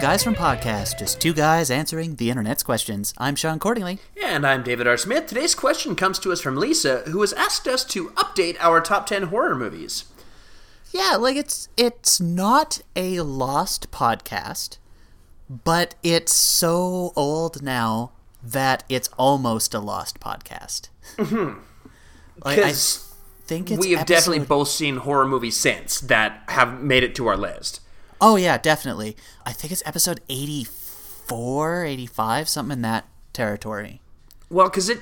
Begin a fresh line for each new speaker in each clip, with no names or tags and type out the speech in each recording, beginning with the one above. Guys from Podcast, just two guys answering the internet's questions. I'm Sean Cordingley.
And I'm David R. Smith. Today's question comes to us from Lisa, who has asked us to update our top 10 horror movies.
Yeah, like it's it's not a lost podcast, but it's so old now that it's almost a lost podcast. Mm-hmm. Like, I
'Cause
think it's
we have definitely
episode-
both seen horror movies since that have made it to our list.
Oh yeah, definitely. I think it's episode 84, 85, something in that territory.
Well, because it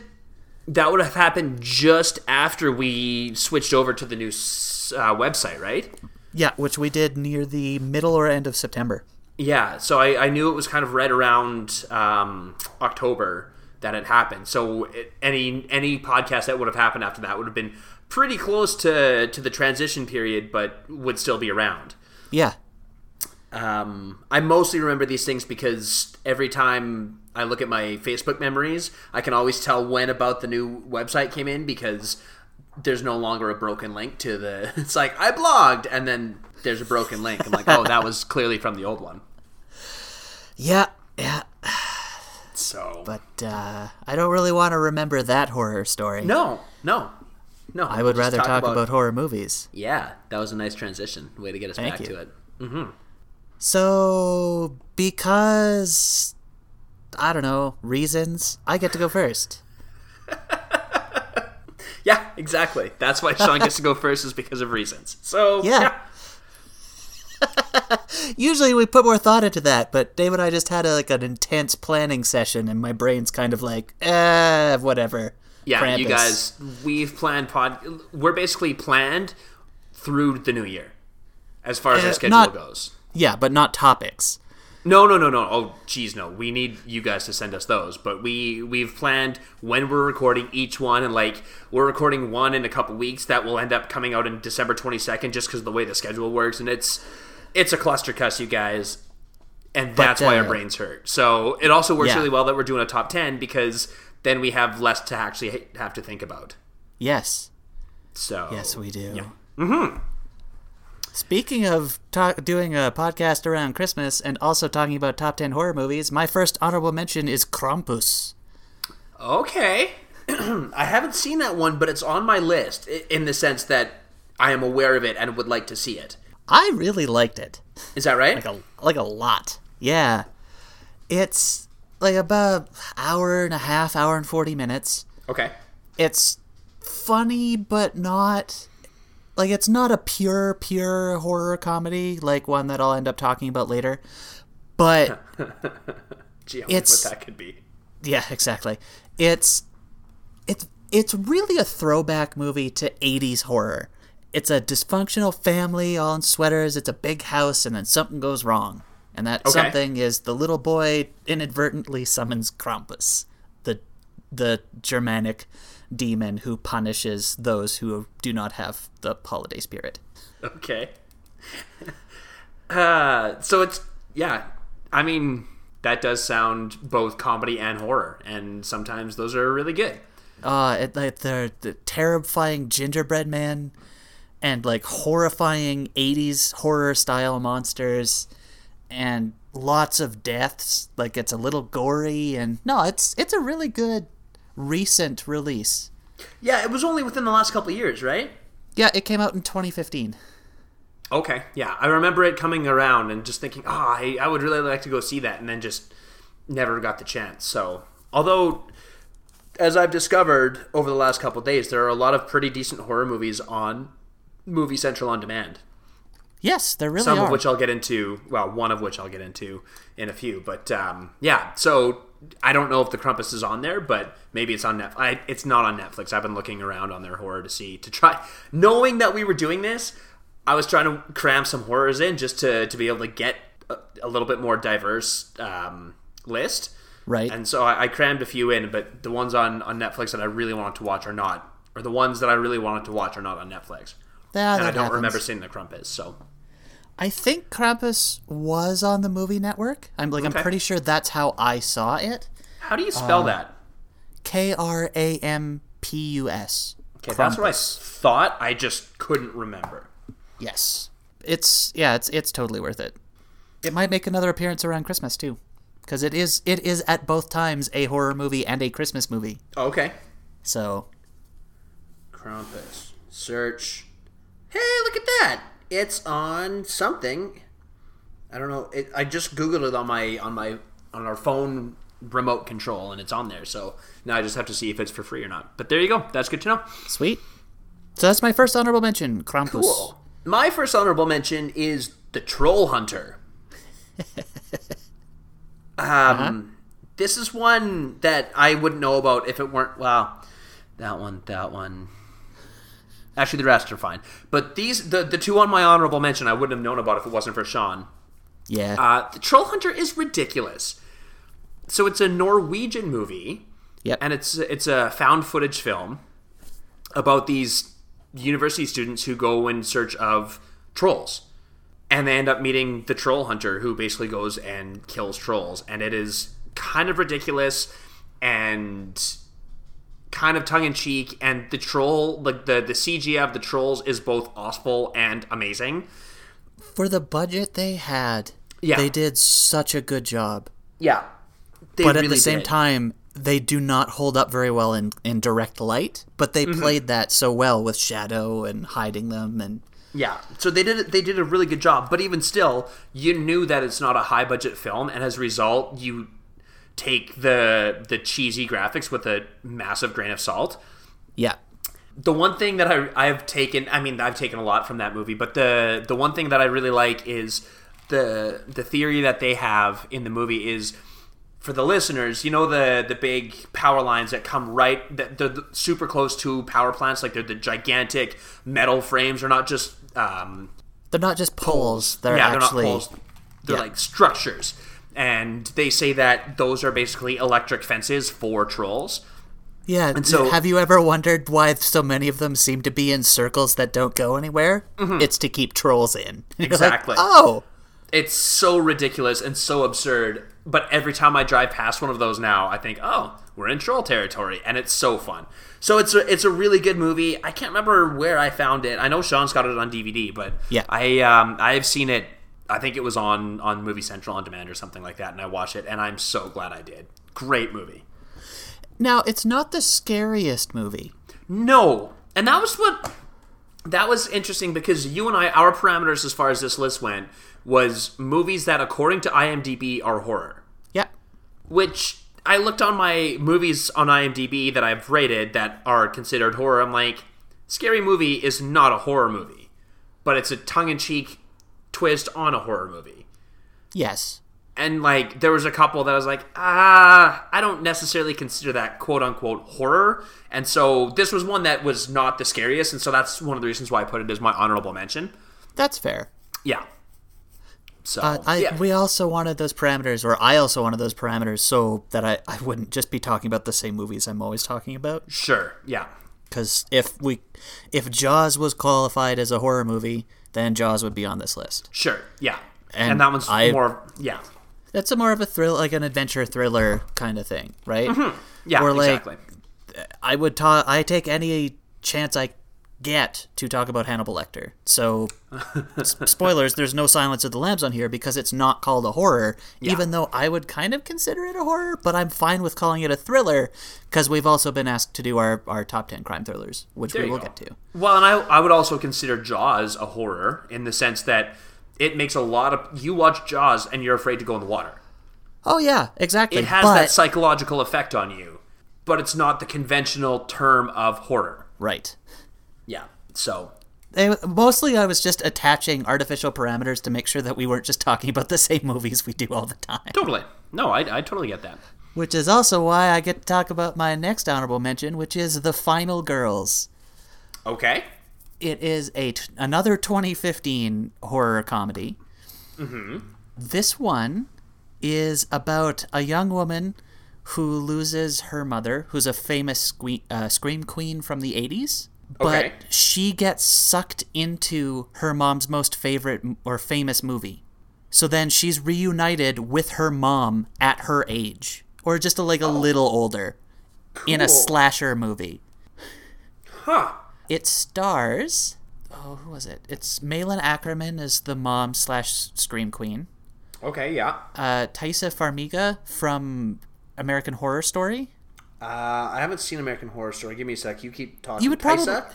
that would have happened just after we switched over to the new s- uh, website, right?
Yeah, which we did near the middle or end of September.
Yeah, so I, I knew it was kind of right around um, October that it happened. So it, any any podcast that would have happened after that would have been pretty close to to the transition period, but would still be around.
Yeah.
Um, I mostly remember these things because every time I look at my Facebook memories, I can always tell when about the new website came in because there's no longer a broken link to the. It's like I blogged, and then there's a broken link. I'm like, oh, that was clearly from the old one.
Yeah. Yeah.
So
But uh, I don't really want to remember that horror story.
No, no, no.
I would rather talk, about... horror movies.
Yeah, that was a nice transition. Way to get us
Thank
back
you.
to it.
So, because I don't know reasons, I get to go first.
Yeah, exactly. That's why Sean gets to go first is because of reasons. So
Yeah. Usually we put more thought into that, but Dave and I just had a, like an intense planning session, and my brain's kind of like, eh, whatever.
yeah, yeah. You
Krampus.
guys, we've planned pod. We're basically planned through the new year, as far as
Uh,
our schedule
not-
goes.
Yeah, but not topics.
No, no, no, no. Oh, geez, no. We need you guys to send us those. But we we've planned when we're recording each one, and like we're recording one in a couple weeks that will end up coming out in December twenty second, just because of the way the schedule works, and it's it's a cluster cuss, you guys, and that's why
uh,
our brains hurt. So it also works
Yeah.
really well that we're doing a top ten because then we have less to actually ha- have to think about.
Yes,
So
yes, we do.
Yeah.
Mm-hmm. Speaking of ta- doing a podcast around Christmas and also talking about top ten horror movies, my first honorable mention is Krampus.
Okay. I haven't seen that one, but it's on my list i- in the sense that I am aware of it and would like to see it.
I really liked it.
Is that right?
Like a, like a lot. Yeah. It's like about hour and a half, hour and 40 minutes.
okay.
It's funny but not like it's not a pure pure horror comedy like one that I'll end up talking about later. But
Gee, I wonder
It's-
what that could be.
Yeah, exactly. It's it's it's really a throwback movie to 80s horror. It's a dysfunctional family all in sweaters, it's a big house and then something goes wrong. And that
Okay.
something is the little boy inadvertently summons Krampus, the the Germanic demon who punishes those who do not have the holiday spirit.
Okay. Uh, so it's yeah. I mean, that does sound both comedy and horror, and sometimes those are really good.
Uh, it, like the, the terrifying gingerbread man and like horrifying 80s horror style monsters and lots of deaths. Like it's a little gory and no, it's it's a really good recent release.
Yeah, it was only within the last couple of years, right?
Yeah, it came out in 2015.
Okay. Yeah, I remember it coming around and just thinking, oh, I, I would really like to go see that, and then just never got the chance. So, although, as I've discovered over the last couple of days, there are a lot of pretty decent horror movies on Movie Central on demand.
Yes, there really
some
are.
of which I'll get into. Well, one of which I'll get into in a few. But um, yeah, so I don't know if the Crumpus is on there, but maybe it's on Netflix. I, it's not on Netflix. I've been looking around on their horror to see to try, knowing that we were doing this. I was trying to cram some horrors in just to to be able to get a, a little bit more diverse um, list.
right.
And so I, I crammed a few in, but the ones on, on Netflix that I really wanted to watch are not, or the ones that I really wanted to watch are not on Netflix.
Yeah,
And I
that
don't
happens.
remember seeing the Crumpus, so
I think Krampus was on the movie network. I'm like I'm
Okay.
pretty sure that's how I saw it.
How do you spell that?
K R A M P U S.
Okay, that's what I thought. I just couldn't remember.
Yes. It's yeah, it's it's totally worth it. It might make another appearance around Christmas too, because it is it is at both times a horror movie and a Christmas movie.
Oh, okay.
So
Krampus. Search. Hey, look at that! It's on something. I don't know. It, I just googled it on my on my on our phone remote control, and it's on there. So now I just have to see if it's for free or not. But there you go. That's good to know.
sweet. So that's my first honorable mention, Krampus.
Cool. My first honorable mention is the Troll Hunter. um, this is one that I wouldn't know about if it weren't. Well, that one, that one. Actually, the rest are fine. But these, the the two on my honorable mention, I wouldn't have known about if it wasn't for Sean.
Yeah.
Uh, the Troll Hunter is ridiculous. So it's a Norwegian movie
yep.
and it's it's a found footage film about these university students who go in search of trolls and they end up meeting the troll hunter who basically goes and kills trolls and it is kind of ridiculous and kind of tongue in cheek and the troll like the the CGI of the trolls is both awful and amazing.
For the budget they had,
Yeah.
they did such a good job.
Yeah. They
but at
really
the same
did.
time they do not hold up very well in, in direct light but they
Mm-hmm.
played that so well with shadow and hiding them and
Yeah, so they did they did a really good job, but even still, you knew that it's not a high budget film, and as a result, you take the the cheesy graphics with a massive grain of salt.
yeah
The one thing that I I've taken, I mean, I've taken a lot from that movie, but the the one thing that I really like is the the theory that they have in the movie is for the listeners, you know the the big power lines that come right that they're the- super close to power plants, like they're the gigantic metal frames, are not just um,
they're not just poles they're
yeah,
actually
they're not poles. They're
yeah.
like structures. And they say that those are basically electric fences for trolls.
yeah
so-
have you ever wondered why so many of them seem to be in circles that don't go anywhere it's to keep trolls in You're like,
Mm-hmm. Exactly.
oh
It's so ridiculous and so absurd. But every time I drive past one of those now, I think, oh, we're in troll territory, and it's so fun. So it's a it's a really good movie. I can't remember where I found it. I know Sean's got it on DVD, but
Yeah.
I um I have seen it. I think it was on on Movie Central on demand or something like that, and I watched it, and I'm so glad I did. Great movie.
now it's not the scariest movie
No. And that was what that was interesting because you and I our parameters as far as this list went was movies that according to IMDb are horror,
yeah
which I looked on my movies on IMDb that I've rated that are considered horror. I'm like, Scary Movie is not a horror movie, but it's a tongue-in-cheek twist on a horror movie
yes
and like there was a couple that I was like, ah, I don't necessarily consider that quote unquote horror. And so this was one that was not the scariest, and so that's one of the reasons why I put it as my honorable mention.
that's fair
Yeah. So
Uh, I
yeah.
we also wanted those parameters, or I also wanted those parameters, so that I, I wouldn't just be talking about the same movies I'm always talking about.
sure, yeah.
Because if we, if Jaws was qualified as a horror movie, then Jaws would be on this list.
Sure, yeah. And,
And
that one's
I-
more yeah.
That's a more of a thrill, like an adventure thriller kind of thing, right?
Mm-hmm. Yeah,
Or, like,
exactly.
I would ta I take any chance I get to talk about Hannibal Lecter. So, s- spoilers. There's no Silence of the Lambs on here because it's not called a horror, even though I would kind of consider it a horror. But I'm fine with calling it a thriller because we've also been asked to do our our top ten crime thrillers, which
There
we
you
will
go.
get to.
Well, and I, I would also consider Jaws a horror in the sense that it makes a lot of you watch Jaws and you're afraid to go in the water.
Oh yeah, exactly.
It has
but,
that psychological effect on you, but it's not the conventional term of horror.
right.
Yeah. So
They, mostly, I was just attaching artificial parameters to make sure that we weren't just talking about the same movies we do all the time.
totally. No, I, I totally get that.
Which is also why I get to talk about my next honorable mention, which is The Final Girls.
Okay.
It is a t- another 2015 horror comedy.
Mm-hmm.
This one is about a young woman who loses her mother, who's a famous sque- uh, scream queen from the 80s. But
Okay.
she gets sucked into her mom's most favorite m- or famous movie. So then she's reunited with her mom at her age, or just a, like a little older, in a
Oh. Cool.
slasher movie.
Huh.
It stars. Oh, who was it? It's Malin Ackerman as the mom slash scream queen.
Okay, yeah.
Uh, Taisa Farmiga from American Horror Story.
Uh, I haven't seen American Horror Story. Give me a sec. You keep talking.
You would probably-
Taisa?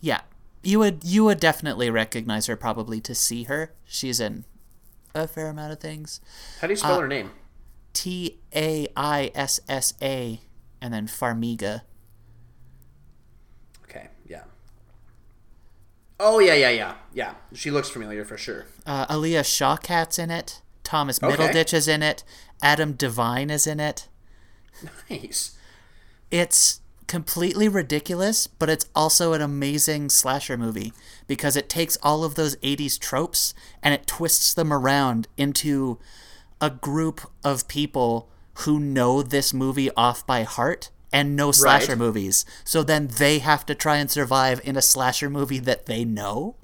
Yeah, you would you would definitely recognize her probably to see her. She's in a fair amount of things.
How do you
Uh,
spell her name?
T A I S S A, and then Farmiga.
Okay, yeah. Oh yeah, yeah, yeah, yeah. She looks familiar for sure.
Uh, Aaliyah Shawkat's in it. Thomas Middleditch is in it. Adam Devine is in it.
Nice.
It's completely ridiculous, but it's also an amazing slasher movie because it takes all of those 80s tropes and it twists them around into a group of people who know this movie off by heart and know slasher
Right.
movies. So then they have to try and survive in a slasher movie that they know.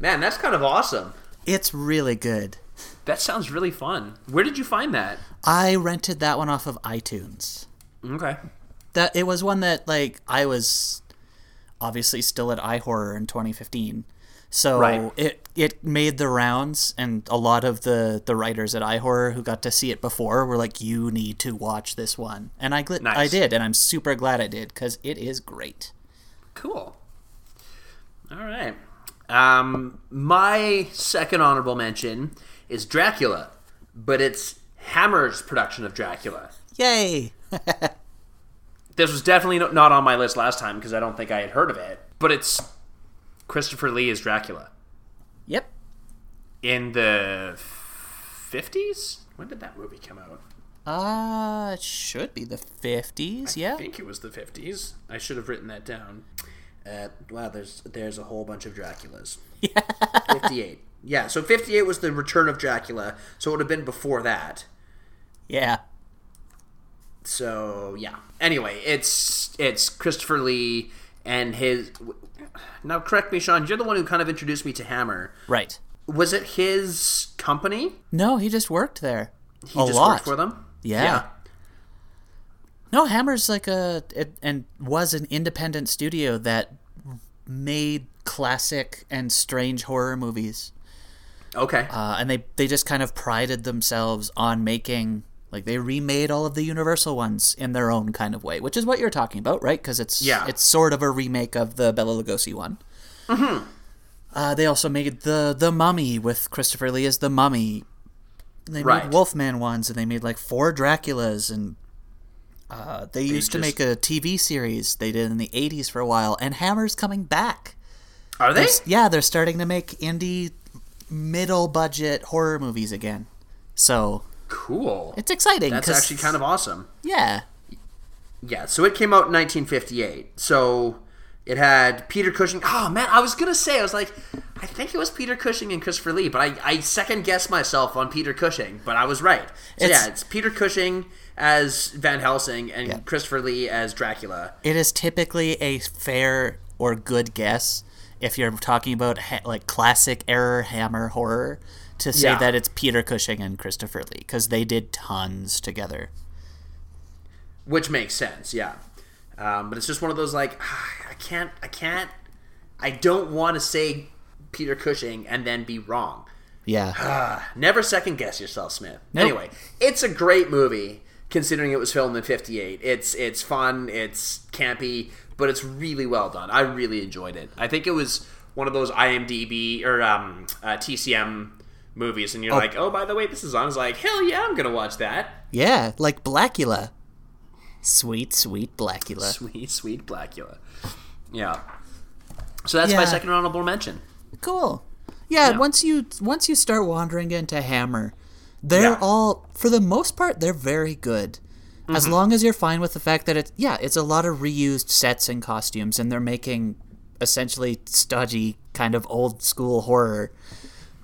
Man, that's kind of awesome.
It's really good.
That sounds really fun. Where did you find that?
I rented that one off of iTunes.
Okay.
That it was one that like I was obviously still at iHorror in 2015. So
Right.
it it made the rounds and a lot of the the writers at iHorror who got to see it before were like you need to watch this one. And I gl- I
Nice.
did and I'm super glad I did cuz it is great.
Cool. All right. Um, my second honorable mention is Dracula, but it's Hammer's production of Dracula.
Yay.
This was definitely no- not on my list last time because I don't think I had heard of it. But it's Christopher Lee as Dracula
Yep.
in the fifties. When did that movie come out?
Uh it should be the 50s, yeah.
I think it was the fifties. I should have written that down. Uh, wow, there's there's a whole bunch of Draculas. fifty eight. Yeah, so fifty eight was the Return of Dracula. So it would have been before that.
Yeah.
So yeah. Anyway, it's it's Christopher Lee and his. Now correct me, Sean. You're the one who kind of introduced me to Hammer.
Right.
Was it his company?
No, he just worked there.
He
a
just
lot
worked for them.
Yeah. No, Hammer's like a it, and was an independent studio that made classic and strange horror movies,
Yeah. Okay.
uh, and they they just kind of prided themselves on making like they remade all of the Universal ones in their own kind of way, which is what you're talking about, right? Because it's
Yeah.
it's sort of a remake of the Bela Lugosi one. Mm-hmm. Uh, they also made the the Mummy with Christopher Lee as the Mummy. And They
Right.
made Wolfman ones, and they made like four Draculas and uh, they used to
just-
make a TV series they did in the 80s for a while, and Hammer's coming back.
Are they?
Yeah, they're starting to make indie middle budget horror movies again. So
Cool.
it's exciting.
That's
'cause-
actually kind of awesome.
Yeah.
Yeah, so it came out in 1958. So it had Peter Cushing. Oh man, I was gonna say I was like, I think it was Peter Cushing and Christopher Lee, but I, I second guessed myself on Peter Cushing, but I was right. So
It's-
yeah, it's Peter Cushing as Van Helsing and Christopher Lee as Dracula.
It is typically a fair or good guess if you're talking about ha- like classic error Hammer horror to say
Yeah.
that it's Peter Cushing and Christopher Lee because they did tons together.
which makes sense yeah um, but it's just one of those like i can't i can't i don't want to say peter cushing and then be wrong
Yeah.
never second guess yourself smith
Nope.
anyway it's a great movie considering it was filmed in 58 it's it's fun it's campy but it's really well done i really enjoyed it i think it was one of those imdb or um, uh, tcm movies and you're like oh by the way this is on i was like hell yeah i'm gonna watch that
yeah, like Blackula. Sweet, sweet Blackula.
sweet, sweet Blackula. Yeah. So that's
Yeah.
my second honorable mention.
cool yeah,
Yeah.
once you once you start wandering into hammer they're
Yeah.
all for the most part they're very good as long as you're fine with the fact that it's yeah it's a lot of reused sets and costumes and they're making essentially stodgy kind of old school horror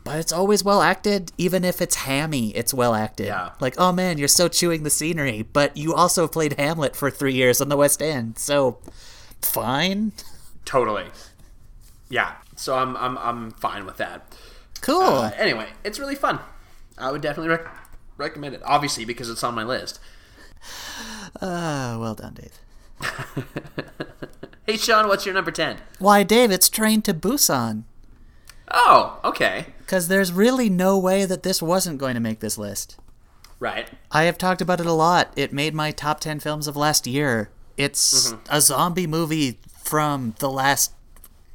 but it's always well acted even if it's hammy it's well acted
Yeah.
like oh man you're so chewing the scenery but you also played hamlet for three years on the west end so fine
Totally. Yeah. So I'm I'm I'm fine with that.
cool
Uh, anyway, it's really fun. I would definitely rec- recommend it. Obviously, because it's on my list.
Ah, well done dave
Hey, Sean, what's your number ten?
Why, Dave, it's Train to Busan.
Oh, okay.
because there's really no way that this wasn't going to make this list.
Right.
I have talked about it a lot. It made my top 10 films of last year. It's a zombie movie from the last,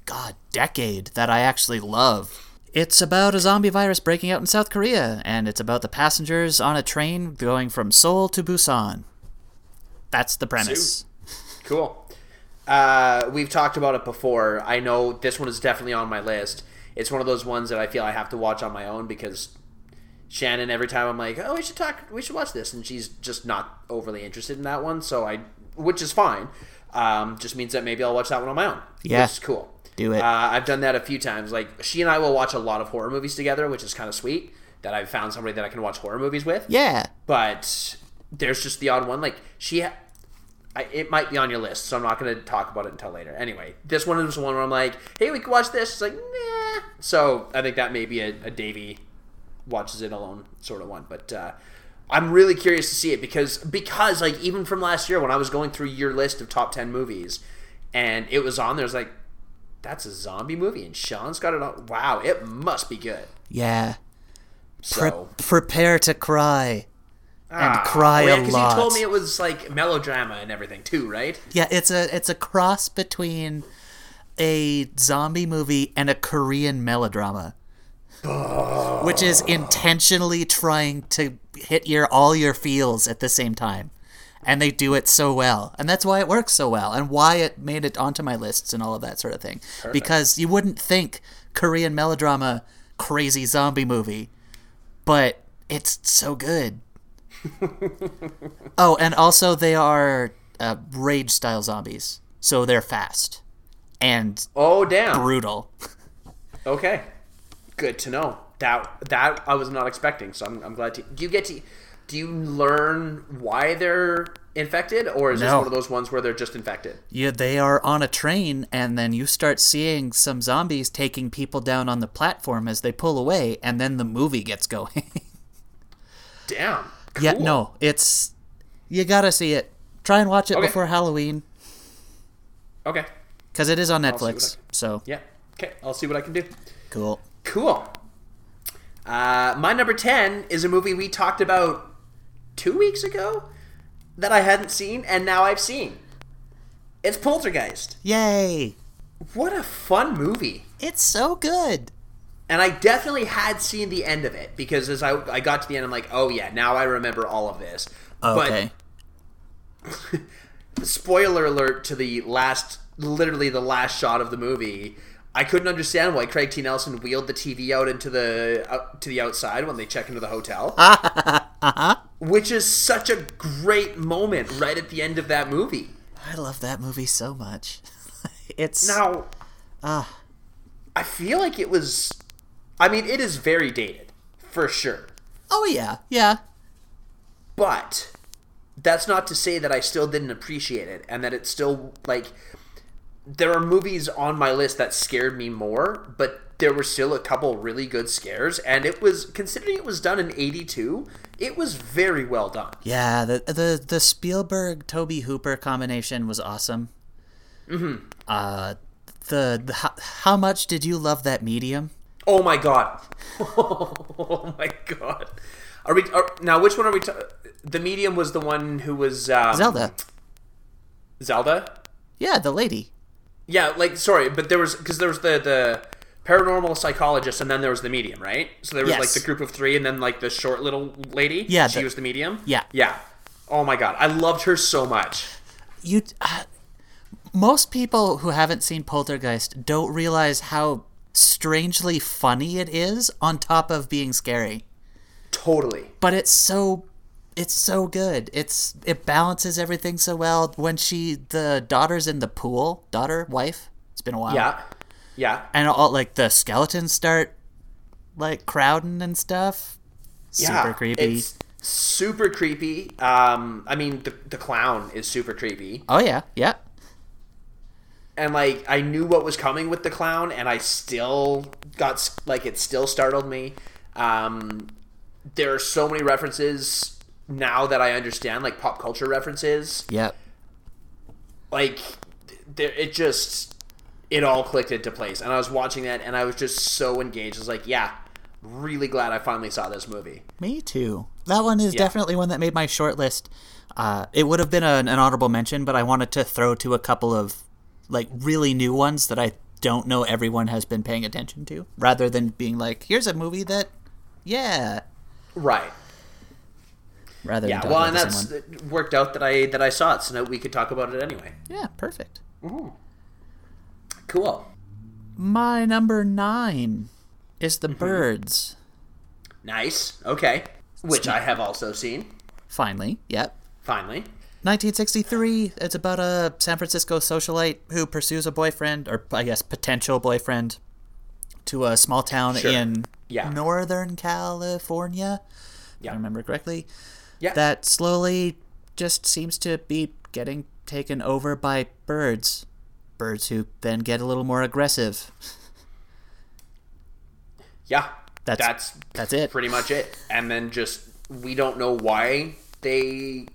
God, decade that I actually love. It's about a zombie virus breaking out in South Korea, and it's about the passengers on a train going from Seoul to Busan. That's the premise.
Cool. Uh, we've talked about it before. I know this one is definitely on my list. It's one of those ones that I feel I have to watch on my own because Shannon. Every time I'm like, "Oh, we should talk. We should watch this," and she's just not overly interested in that one. So I, which is fine. Um, just means that maybe I'll watch that one on my own.
Yeah.
which is cool.
Do it.
Uh, I've done that a few times. Like she and I will watch a lot of horror movies together, which is kind of sweet. That I've found somebody that I can watch horror movies with
Yeah.
but there's just the odd one. Like she, ha- I, it might be on your list, so I'm not going to talk about it until later. Anyway, this one is one where I'm like, hey, we can watch this. It's like, nah. So I think that may be a, a Davey watches it alone sort of one, but. uh I'm really curious to see it because because like even from last year when I was going through your list of top ten movies, and it was on there, I was like, "That's a zombie movie," and Sean's got it on. Wow, it must be good.
Yeah. Pre-
So
prepare to cry. And cry
well,
a
Ah. Oh, yeah, 'cause
lot.
you told me it was like melodrama and everything too, right?
Yeah, it's a it's a cross between a zombie movie and a Korean melodrama. Which is intentionally trying to hit your all your feels at the same time. And they do it so well. And that's why it works so well and why it made it onto my lists and all of that sort of thing. Because you wouldn't think Korean melodrama crazy zombie movie, but it's so good. Oh, and also they are uh, rage style zombies, so they're fast and
Oh damn.
brutal.
Okay. Good to know. That that I was not expecting, so I'm, I'm glad to. Do you get to? Do you learn why they're infected, or is this
No.
one of those ones where they're just infected?
Yeah, they are on a train, and then you start seeing some zombies taking people down on the platform as they pull away, and then the movie gets going.
Damn.
yeah,
Cool.
no, it's you gotta see it. Try and watch it
Okay.
before Halloween
Okay.
because it is on
see what
Netflix.
I-
So
Yeah. Okay. I'll see what I can do.
cool.
Cool. Uh, my number 10 is a movie we talked about two weeks ago that I hadn't seen, and now I've seen. It's Poltergeist.
Yay!
What a fun movie.
It's so good.
And I definitely had seen the end of it because as I, I got to the end, I'm like, oh yeah, now I remember all of this.
Okay.
But spoiler alert to the last, literally the last shot of the movie. I couldn't understand why Craig T. Nelson wheeled the TV out into the out to the outside when they check into the hotel. Which is such a great moment right at the end of that movie.
I love that movie so much. it's
Now, I feel like it was. I mean, it is very dated, for sure.
oh yeah, yeah.
But that's not to say that I still didn't appreciate it and that it's still like. There are movies on my list that scared me more, but there were still a couple really good scares, and it was considering it was done in '82, it was very well done.
Yeah, the the the Spielberg Toby Hooper combination was awesome. Mm-hmm. Uh, the, the how, how much did you love that medium?
Oh my god! oh my god! Are we are, now? Which one are we? ta the medium was the one who was um,
Zelda.
Zelda.
Yeah, the lady.
Yeah, like sorry, but there was because there was the the paranormal psychologist, and then there was the medium, right? So there was
Yes.
like the group of three, and then like the short little lady.
Yeah,
she
the-
was the medium.
Yeah.
yeah. Oh my god, I loved her so much.
You uh, most people who haven't seen Poltergeist don't realize how strangely funny it is on top of being scary.
Totally.
but it's so it's so good it's it balances everything so well when she the daughter's in the pool daughter wife it's been a while
Yeah, yeah.
and all like the skeletons start like crowding and stuff
Yeah,
super creepy
It's super creepy. Um, I mean, the the clown is super creepy,
oh yeah yeah
and like I knew what was coming with the clown, and I still got s- like it still startled me. Um, there are so many references now that I understand, like pop culture references.
yep
Like, th- there, it just it all clicked into place. And I was watching that, and I was just so engaged. I was like, yeah, really glad I finally saw this movie.
Me too. That one is definitely one that made my short list. Uh, it would have been an, an honorable mention, but I wanted to throw to a couple of like really new ones that I don't know everyone has been paying attention to, rather than being like, "Here's a movie that, yeah."
Right.
Rather
Yeah.
than
Well,
talking
and
about
that's
someone.
it worked out that I that I saw it, so now we could talk about it anyway.
yeah, perfect.
Cool.
My number nine is
Mm-hmm.
The Birds.
Nice. Okay. Which I have also seen.
Finally, yep.
Finally.
1963. It's about a San Francisco socialite who pursues a boyfriend, or I guess potential boyfriend, to a small town
Sure.
in
Yeah.
Northern California. If
Yeah.
I remember correctly.
Yeah.
That slowly just seems to be getting taken over by birds. Birds who then get a little more aggressive.
yeah.
That's-
that's
That's it.
pretty much it. And then just we don't know why they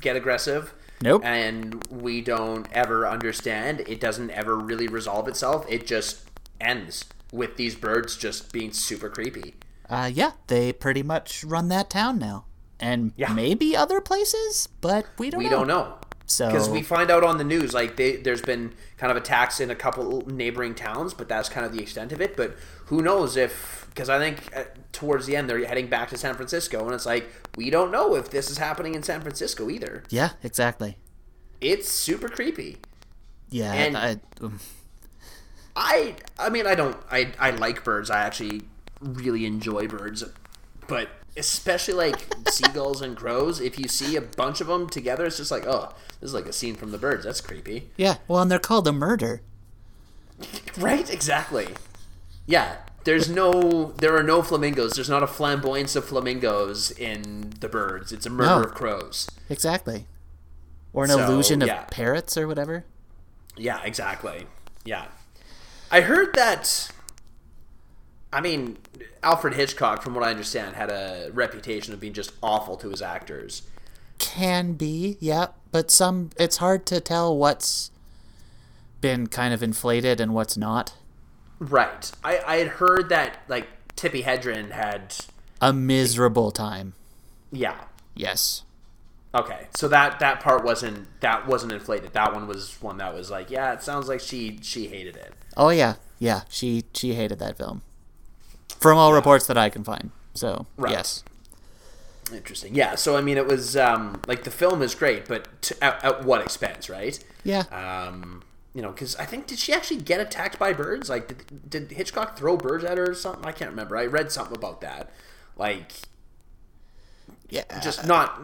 get aggressive.
Nope.
And we don't ever understand. It doesn't ever really resolve itself. It just ends with these birds just being super creepy.
Uh, yeah, they pretty much run that town now. And
Yeah.
maybe other places, but we don't
We
know.
don't know. Because
So
we find out on the news, like they, there's been kind of attacks in a couple neighboring towns, but that's kind of the extent of it. But who knows if? Because I think uh, towards the end they're heading back to San Francisco, and it's like we don't know if this is happening in San Francisco either.
Yeah, exactly.
It's super creepy.
Yeah,
And-
I, um,
I I mean I don't I I like birds. I actually really enjoy birds, but especially like seagulls and crows. If you see a bunch of them together, it's just like oh, this is like a scene from the birds. That's creepy.
yeah. Well, and they're called a murder.
Right? Exactly. Yeah. There's no, there are no flamingos. There's not a flamboyance of flamingos in the birds. It's a murder
No.
of crows.
Exactly. Or an
So,
illusion of
yeah.
parrots or whatever.
Yeah, exactly. Yeah. I heard that, I mean, Alfred Hitchcock, from what I understand, had a reputation of being just awful to his actors.
Can be, yeah. But some, it's hard to tell what's been kind of inflated and what's not.
Right. I, I had heard that, like, Tippi Hedren had,
A miserable time.
yeah.
Yes.
Okay, so that that part wasn't that wasn't inflated. That one was one that was like, yeah, it sounds like she she hated it.
Oh yeah, yeah. She she hated that film. From all reports that I can find. So
Right.
yes.
Interesting. Yeah. So I mean, it was um, like the film is great, but to, at, at what expense, right?
Yeah.
Um, you know, because I think did she actually get attacked by birds? Like, did, did Hitchcock throw birds at her or something? I can't remember. I read something about that. Like,
yeah.
just not.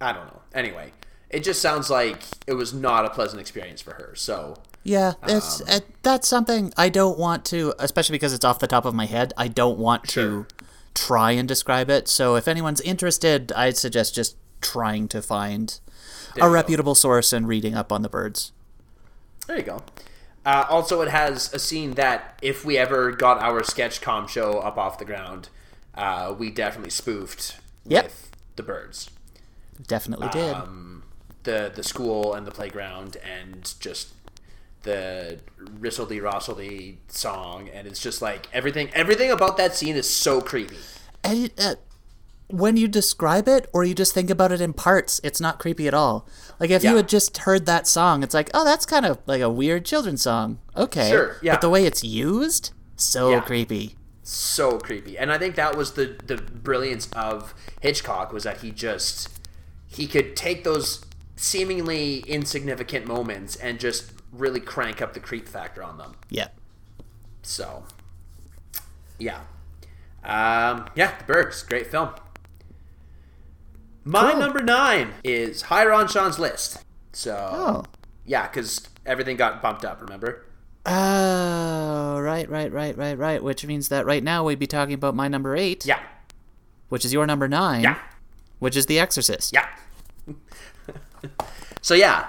I don't know. Anyway, it just sounds like it was not a pleasant experience for her. So
Yeah, it's
Um,
uh, that's something I don't want to, especially because it's off the top of my head. I don't want
Sure.
to try and describe it. So if anyone's interested, I'd suggest just trying to find a
you go.
reputable source and reading up on the birds.
There you go. Uh, also, it has a scene that if we ever got our sketchcom show up off the ground, uh, we definitely spoofed
Yep.
with the birds,
Definitely did.
Um, the the school and the playground, and just the Ristledy Rostledy song, and it's just like everything everything about that scene is so creepy.
and it, uh, when you describe it or you just think about it in parts, it's not creepy at all. Like if you
Yeah.
had just heard that song, it's like, oh, that's kind of like a weird children's song. Okay,
Sure, yeah.
But the way it's used, so
Yeah.
creepy.
so creepy and i think that was the the brilliance of hitchcock was that he just he could take those seemingly insignificant moments and just really crank up the creep factor on them
Yeah.
so yeah um yeah the birds great film my
Cool.
number nine is higher on sean's list so
Oh.
yeah because everything got bumped up remember
Oh, right, right, right, right, right. Which means that right now we'd be talking about my number eight,
yeah
which is your number nine,
yeah
which is The Exorcist.
yeah so yeah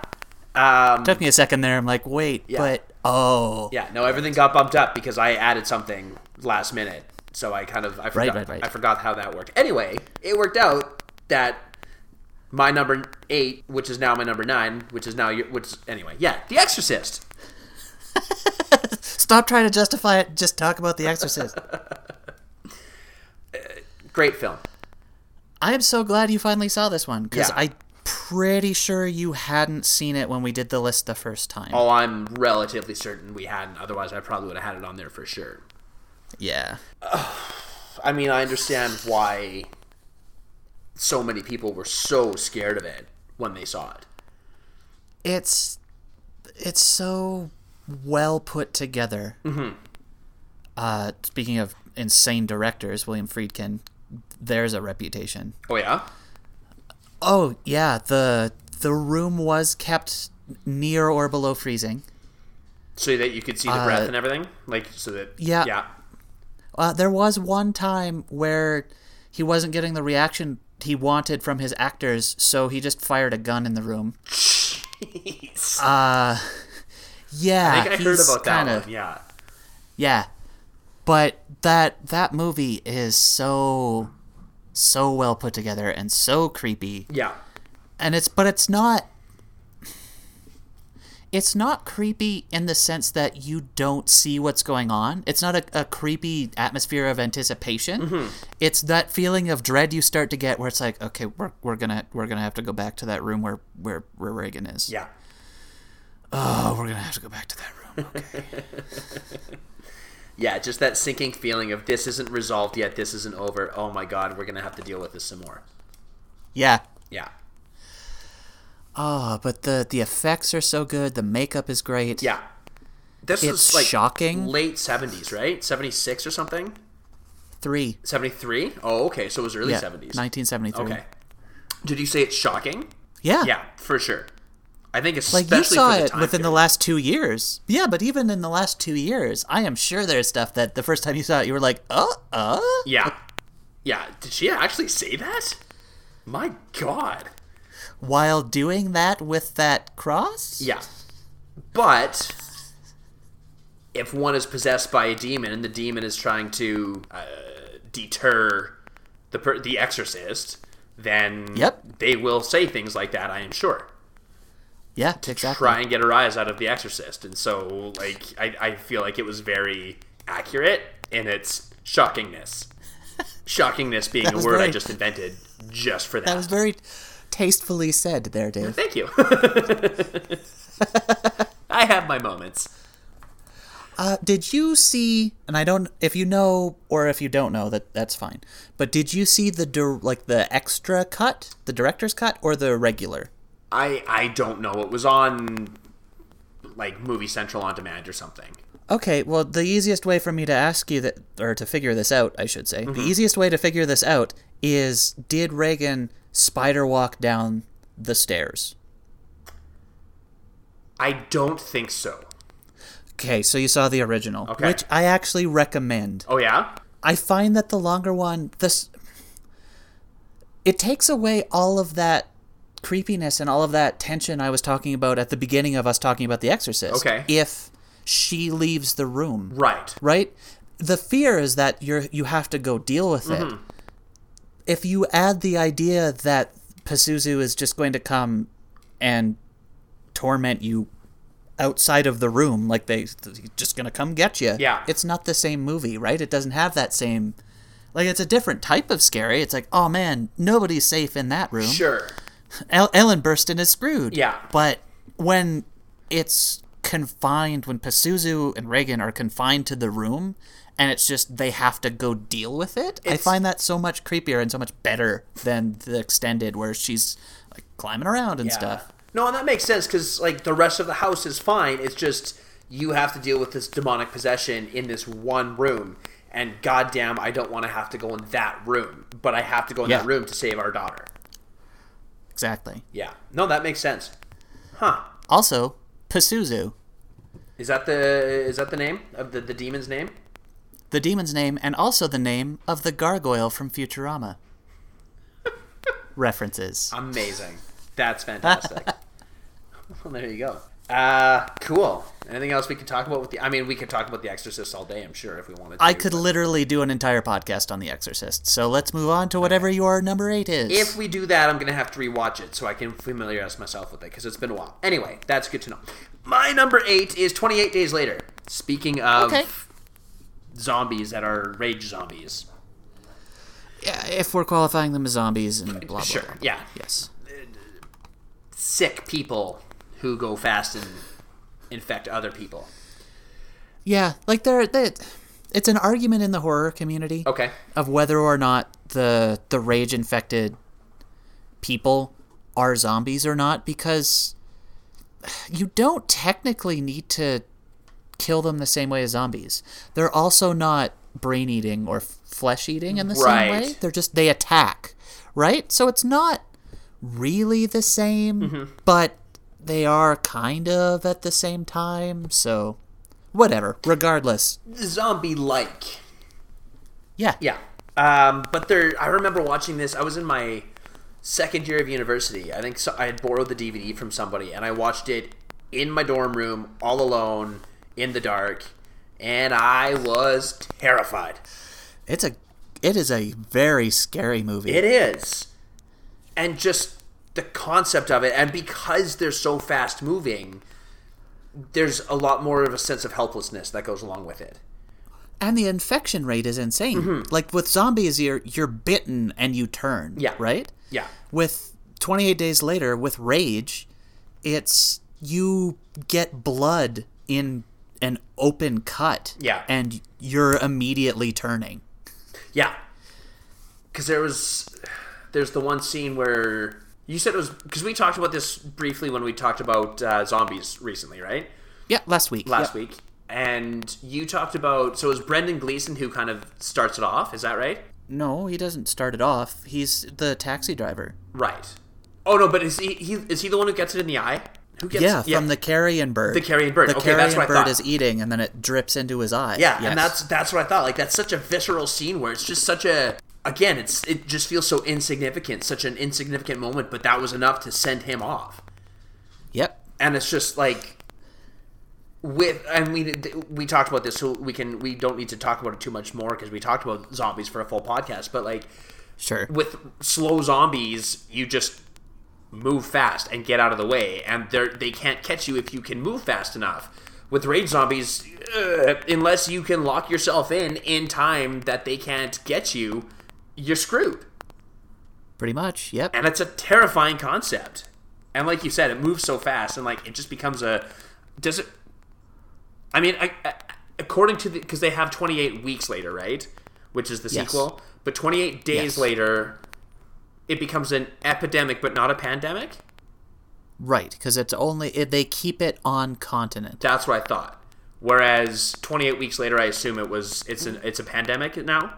um
Took me a second there. I'm like, wait, but oh,
Yeah, no, everything got bumped up because I added something last minute. So I kind of I forgot
right, right.
I forgot how that worked. Anyway, it worked out that my number eight, which is now my number nine, which is now your, which anyway, yeah, The Exorcist.
Stop trying to justify it. Just talk about The Exorcist.
Great film.
I am so glad you finally saw this one because
Yeah.
i pretty sure you hadn't seen it when we did the list the first time.
Oh, I'm relatively certain we hadn't. Otherwise, I probably would have had it on there for sure.
Yeah.
I mean, I understand why so many people were so scared of it when they saw it.
It's it's so well put together. Mm-hmm. Uh, speaking of insane directors, William Friedkin, there's a reputation.
Oh yeah,
Oh yeah, the the room was kept near or below freezing.
so that you could see the breath and everything, like so that
Uh, yeah.
yeah,
Uh, there was one time where he wasn't getting the reaction he wanted from his actors, so he just fired a gun in the room.
Jeez.
Yeah,
I think I heard
he's
about that
kinda-
one. Yeah,
Yeah, but that that movie is so so well put together and so creepy,
yeah,
and it's but it's not. It's not creepy in the sense that you don't see what's going on. It's not a, a creepy atmosphere of anticipation. It's that feeling of dread you start to get, where it's like, okay, we're, we're gonna we're gonna have to go back to that room where where where Reagan is.
yeah.
Oh, we're gonna have to go back to that room.
Yeah, just that sinking feeling of this isn't resolved yet, this isn't over. Oh my god, we're gonna have to deal with this some more.
yeah,
Yeah,
Oh, but the the effects are so good. The makeup is great.
yeah. This
It's
was like
shocking.
late seventies, right? Seventy six or something.
Three.
Seventy three. Oh, okay. So it was early
Yeah.
seventies.
1973.
okay. Did you say it's shocking?
Yeah.
Yeah, for sure. I think
Like
especially
you saw
for the
it
time
within the
period.
last two years. Yeah, but even in the last two years, I am sure there's stuff that the first time you saw it, you were like, uh, uh.
Yeah, yeah. Did she actually say that? My God.
While doing that with that cross.
Yeah, but if one is possessed by a demon and the demon is trying to uh, deter the per- the exorcist, then
Yep.
they will say things like that. I am sure.
Yeah. Exactly.
try and get a rise out of the exorcist and so like i, I feel like it was very accurate in its shockingness shockingness being a
was
word i
very-
just invented just for that,
That was very tastefully said, there, Dave.
thank you i have my moments
Uh, did you see? And I don't. If you know or if you don't know, that that's fine. But did you see the dir- like the extra cut, the director's cut, or the regular?
i i don't know it was on like movie central on demand or something
Okay, well, the easiest way for me to ask you that, or to figure this out, I should say,
Mm-hmm.
the easiest way to figure this out is did Reagan spider walk down the stairs?
i don't think so
Okay, so you saw the original,
Okay.
which I actually recommend.
oh yeah
I find that the longer one, this, it takes away all of that creepiness and all of that tension I was talking about at the beginning of us talking about The Exorcist.
Okay.
If she leaves the room.
right
right? The fear is that you're you have to go deal with it. If you add the idea that Pazuzu is just going to come and torment you outside of the room, like they he's just going to come get you.
Yeah.
it's not the same movie, right? It doesn't have that same. Like it's a different type of scary. It's like, oh man, nobody's safe in that room.
sure
El- Ellen Burstyn is screwed.
Yeah.
But when it's confined, when Pazuzu and Reagan are confined to the room, and it's just they have to go deal with it, I
It's-
find that so much creepier and so much better than the extended where she's like climbing around and stuff.
No, and that makes sense because like the rest of the house is fine. It's just you have to deal with this demonic possession in this one room, and goddamn, I don't want to have to go in that room, but I have to go in
Yeah.
that room to save our daughter.
Exactly.
Yeah. No, that makes sense. Huh?
Also, Pazuzu,
Is that the is that the name of the the demon's name?
the demon's name, and also the name of the gargoyle from Futurama. References.
Amazing. That's fantastic. well, there you go. Uh, cool. Anything else we could talk about with the? I mean, we could talk about The Exorcist all day. I'm sure if we wanted. to.
I could
but-
literally do an entire podcast on The Exorcist. So let's move on to whatever your number eight is.
If we do that, I'm gonna have to rewatch it so I can familiarize myself with it because it's been a while. Anyway, that's good to know. My number eight is 28 Days Later. Speaking of
Okay.
zombies that are rage zombies.
Yeah, if we're qualifying them as zombies and blah blah.
Sure,
blah.
yeah.
Yes.
Sick people who go fast and infect other people.
Yeah, like there that it's an argument in the horror community
Okay.
of whether or not the the rage infected people are zombies or not because you don't technically need to kill them the same way as zombies. They're also not brain eating or flesh eating in the
Right.
same way. They're just they attack, right? So it's not really the same, but they are kind of at the same time. So whatever, regardless.
Zombie like.
Yeah.
Yeah. Um, but there, I remember watching this. I was in my second year of university. I think so, I had borrowed the DVD from somebody, and I watched it in my dorm room, all alone, in the dark, and I was terrified.
It's a it is a very scary movie.
It is. And just the concept of it, and because they're so fast moving, there's a lot more of a sense of helplessness that goes along with it.
and the infection rate is insane.
Mm-hmm.
Like with zombies you're you're bitten and you turn,
Yeah.
right?
Yeah.
With 28 days later with rage, it's you get blood in an open cut
Yeah.
and you're immediately turning.
Yeah. Because there was, there's the one scene where you said it was because we talked about this briefly when we talked about uh, zombies recently, right?
Yeah, last week.
Last week, and you talked about so it was Brendan Gleeson who kind of starts it off. Is that right?
No, he doesn't start it off. He's the taxi driver.
Right. Oh no, but is he, he is he the one who gets it in the eye? Who gets
Yeah, from the carrion bird.
The carrion bird.
The
Okay,
carrion
that's what I
bird
thought.
is eating, and then it drips into his eye.
Yeah,
Yes.
and that's that's what I thought. Like that's such a visceral scene where it's just such a again, it's it just feels so insignificant, such an insignificant moment, but that was enough to send him off.
yep.
And it's just like with I mean th- we talked about this so we can we don't need to talk about it too much more because we talked about zombies for a full podcast, but like
Sure.
with slow zombies, you just move fast and get out of the way, and they they can't catch you if you can move fast enough. With rage zombies, uh, unless you can lock yourself in in time that they can't get you, you're screwed.
Pretty much. Yep.
And it's a terrifying concept. And like you said, it moves so fast, and like it just becomes a. Does it? I mean, I, I, according to the because they have 28 weeks later, right? Which is the
Yes.
sequel, but 28 days
Yes.
later, it becomes an epidemic, but not a pandemic.
Right, because it's only it, they keep it on continent.
That's what I thought. Whereas 28 weeks later, I assume it was it's an it's a pandemic now.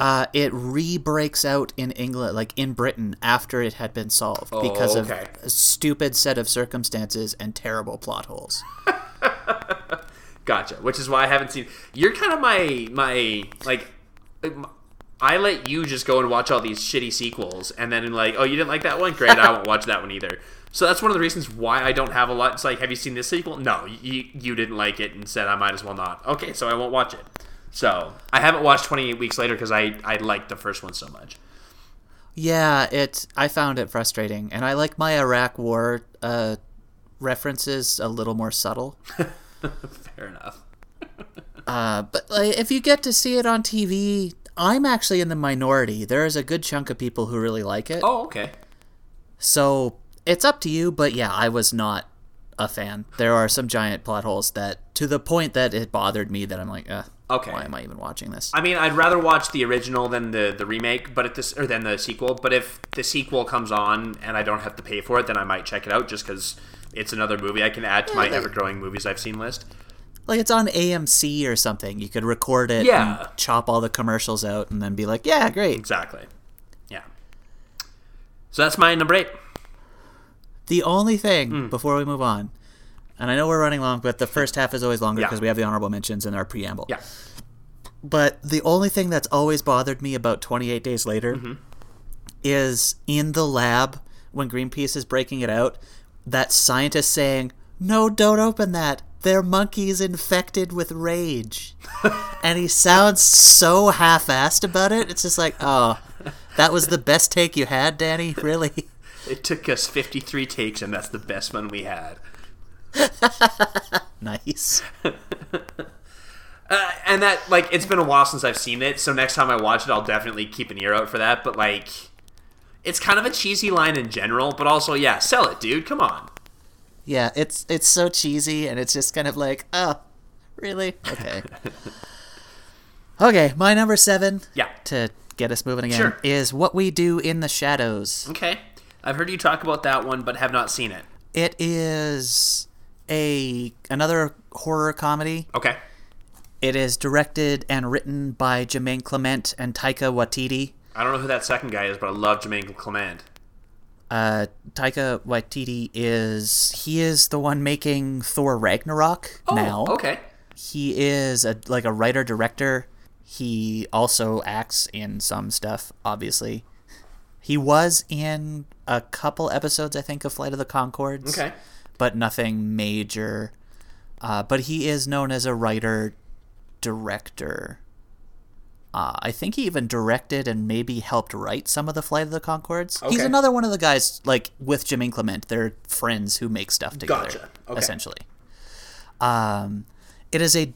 Uh, it re breaks out in England, like in Britain, after it had been solved because
okay.
of a stupid set of circumstances and terrible plot holes.
Gotcha. Which is why I haven't seen. You're kind of my my like. I let you just go and watch all these shitty sequels, and then like, oh, you didn't like that one? Great, I won't watch that one either. So that's one of the reasons why I don't have a lot. It's like, have you seen this sequel? No, you you didn't like it, and said I might as well not. Okay, so I won't watch it. So I haven't watched 28 Weeks Later because I I liked the first one so much.
Yeah, it. I found it frustrating, and I like my Iraq War uh, references a little more subtle.
Fair enough.
Uh, but like, if you get to see it on TV, I'm actually in the minority. There is a good chunk of people who really like it.
Oh, okay.
So it's up to you, but yeah, I was not a fan. There are some giant plot holes that, to the point that it bothered me that I'm like, uh,
Okay.
why am I even watching this?
I mean, I'd rather watch the original than the, the remake, but at this or than the sequel. But if the sequel comes on and I don't have to pay for it, then I might check it out just because it's another movie I can add to my
they-
ever growing movies I've seen list.
Like it's on AMC or something. You could record it,
Yeah.
and chop all the commercials out, and then be like, yeah, great.
Exactly. Yeah. So that's my number eight.
The only thing
Mm.
before we move on, and I know we're running long, but the first half is always longer
Yeah.
because we have the honorable mentions in our preamble.
Yeah.
But the only thing that's always bothered me about 28 Days Later is in the lab when Greenpeace is breaking it out, that scientist saying, No, don't open that. Their monkey's infected with rage. and he sounds so half assed about it. It's just like, Oh, that was the best take you had, Danny? Really?
It took us 53 takes, and that's the best one we had.
nice.
Uh, and that like it's been a while since I've seen it, so next time I watch it, I'll definitely keep an ear out for that. But like, it's kind of a cheesy line in general, but also yeah, sell it, dude. Come on.
Yeah, it's it's so cheesy and it's just kind of like, oh, really? Okay. okay, my number seven.
Yeah.
To get us moving again
Sure.
is what we do in the shadows.
Okay, I've heard you talk about that one, but have not seen it.
It is a another horror comedy.
Okay.
It is directed and written by Jermaine Clement and Taika Waititi.
I don't know who that second guy is, but I love Jermaine Clement.
Uh, Taika Waititi is he is the one making Thor Ragnarok now.
Oh, okay.
He is a like a writer director. He also acts in some stuff, obviously. He was in a couple episodes, I think, of Flight of the Concords.
Okay.
But nothing major. Uh, but he is known as a writer director. Uh, I think he even directed and maybe helped write some of the Flight of the Concords. He's
Okay.
another one of the guys, like with Jim and Clement. They're friends who make stuff together,
Gotcha. Okay.
essentially. Um, it is a.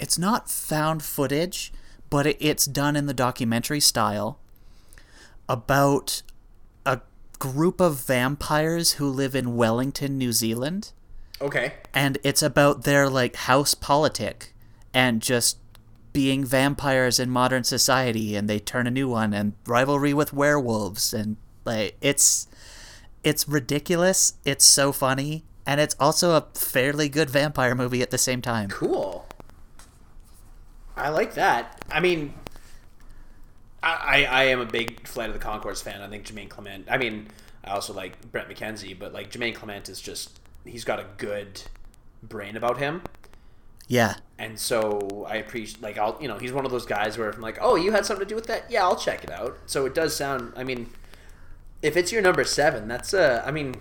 It's not found footage, but it, it's done in the documentary style about a group of vampires who live in Wellington, New Zealand
Okay.
and it's about their like house politic and just being vampires in modern society and they turn a new one and rivalry with werewolves and like it's it's ridiculous it's so funny and it's also a fairly good vampire movie at the same time
Cool. I like that. I mean, I, I, I am a big Flight of the Concords fan. I think Jermaine Clement. I mean, I also like Brent McKenzie, but like Jermaine Clement is just he's got a good brain about him,
yeah
and so I appreciate like I'll you know he's one of those guys where if I'm like oh you had something to do with that yeah I'll check it out. So it does sound. I mean, if it's your number seven, that's uh I mean,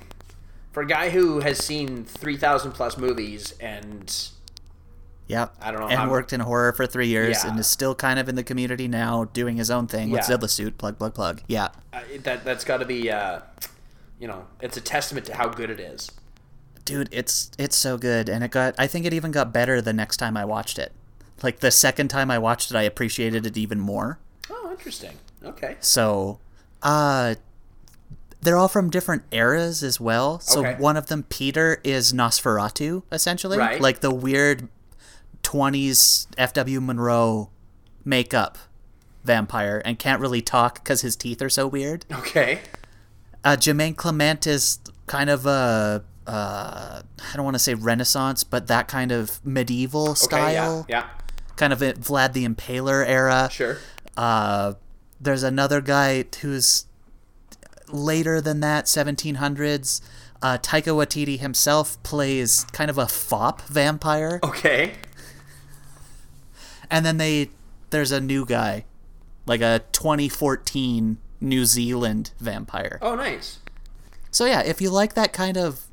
for a guy who has seen three thousand plus movies and
yep
I don't know
and
how-
worked in horror for three years
Yeah.
and is still kind of in the community now doing his own thing with
Yeah.
Zilla suit plug plug plug yeah
uh, that that's got to be uh, you know it's a testament to how good it is
dude it's it's so good and it got i think it even got better the next time i watched it like the second time i watched it i appreciated it even more
oh interesting okay
so uh they're all from different eras as well so
Okay.
one of them peter is nosferatu essentially
Right.
like the weird 20s fw monroe makeup vampire and can't really talk because his teeth are so weird
okay
uh, Jermaine Clement is kind of a uh, I don't want to say Renaissance, but that kind of medieval
okay
style,
yeah yeah
kind of a Vlad the Impaler era.
sure
Uh, there's another guy who's later than that, 1700s. Uh, Taika Waititi himself plays kind of a fop vampire,
Oh. okay
and then they there's a new guy, like a 2014 New Zealand vampire.
oh nice
So yeah, if you like that kind of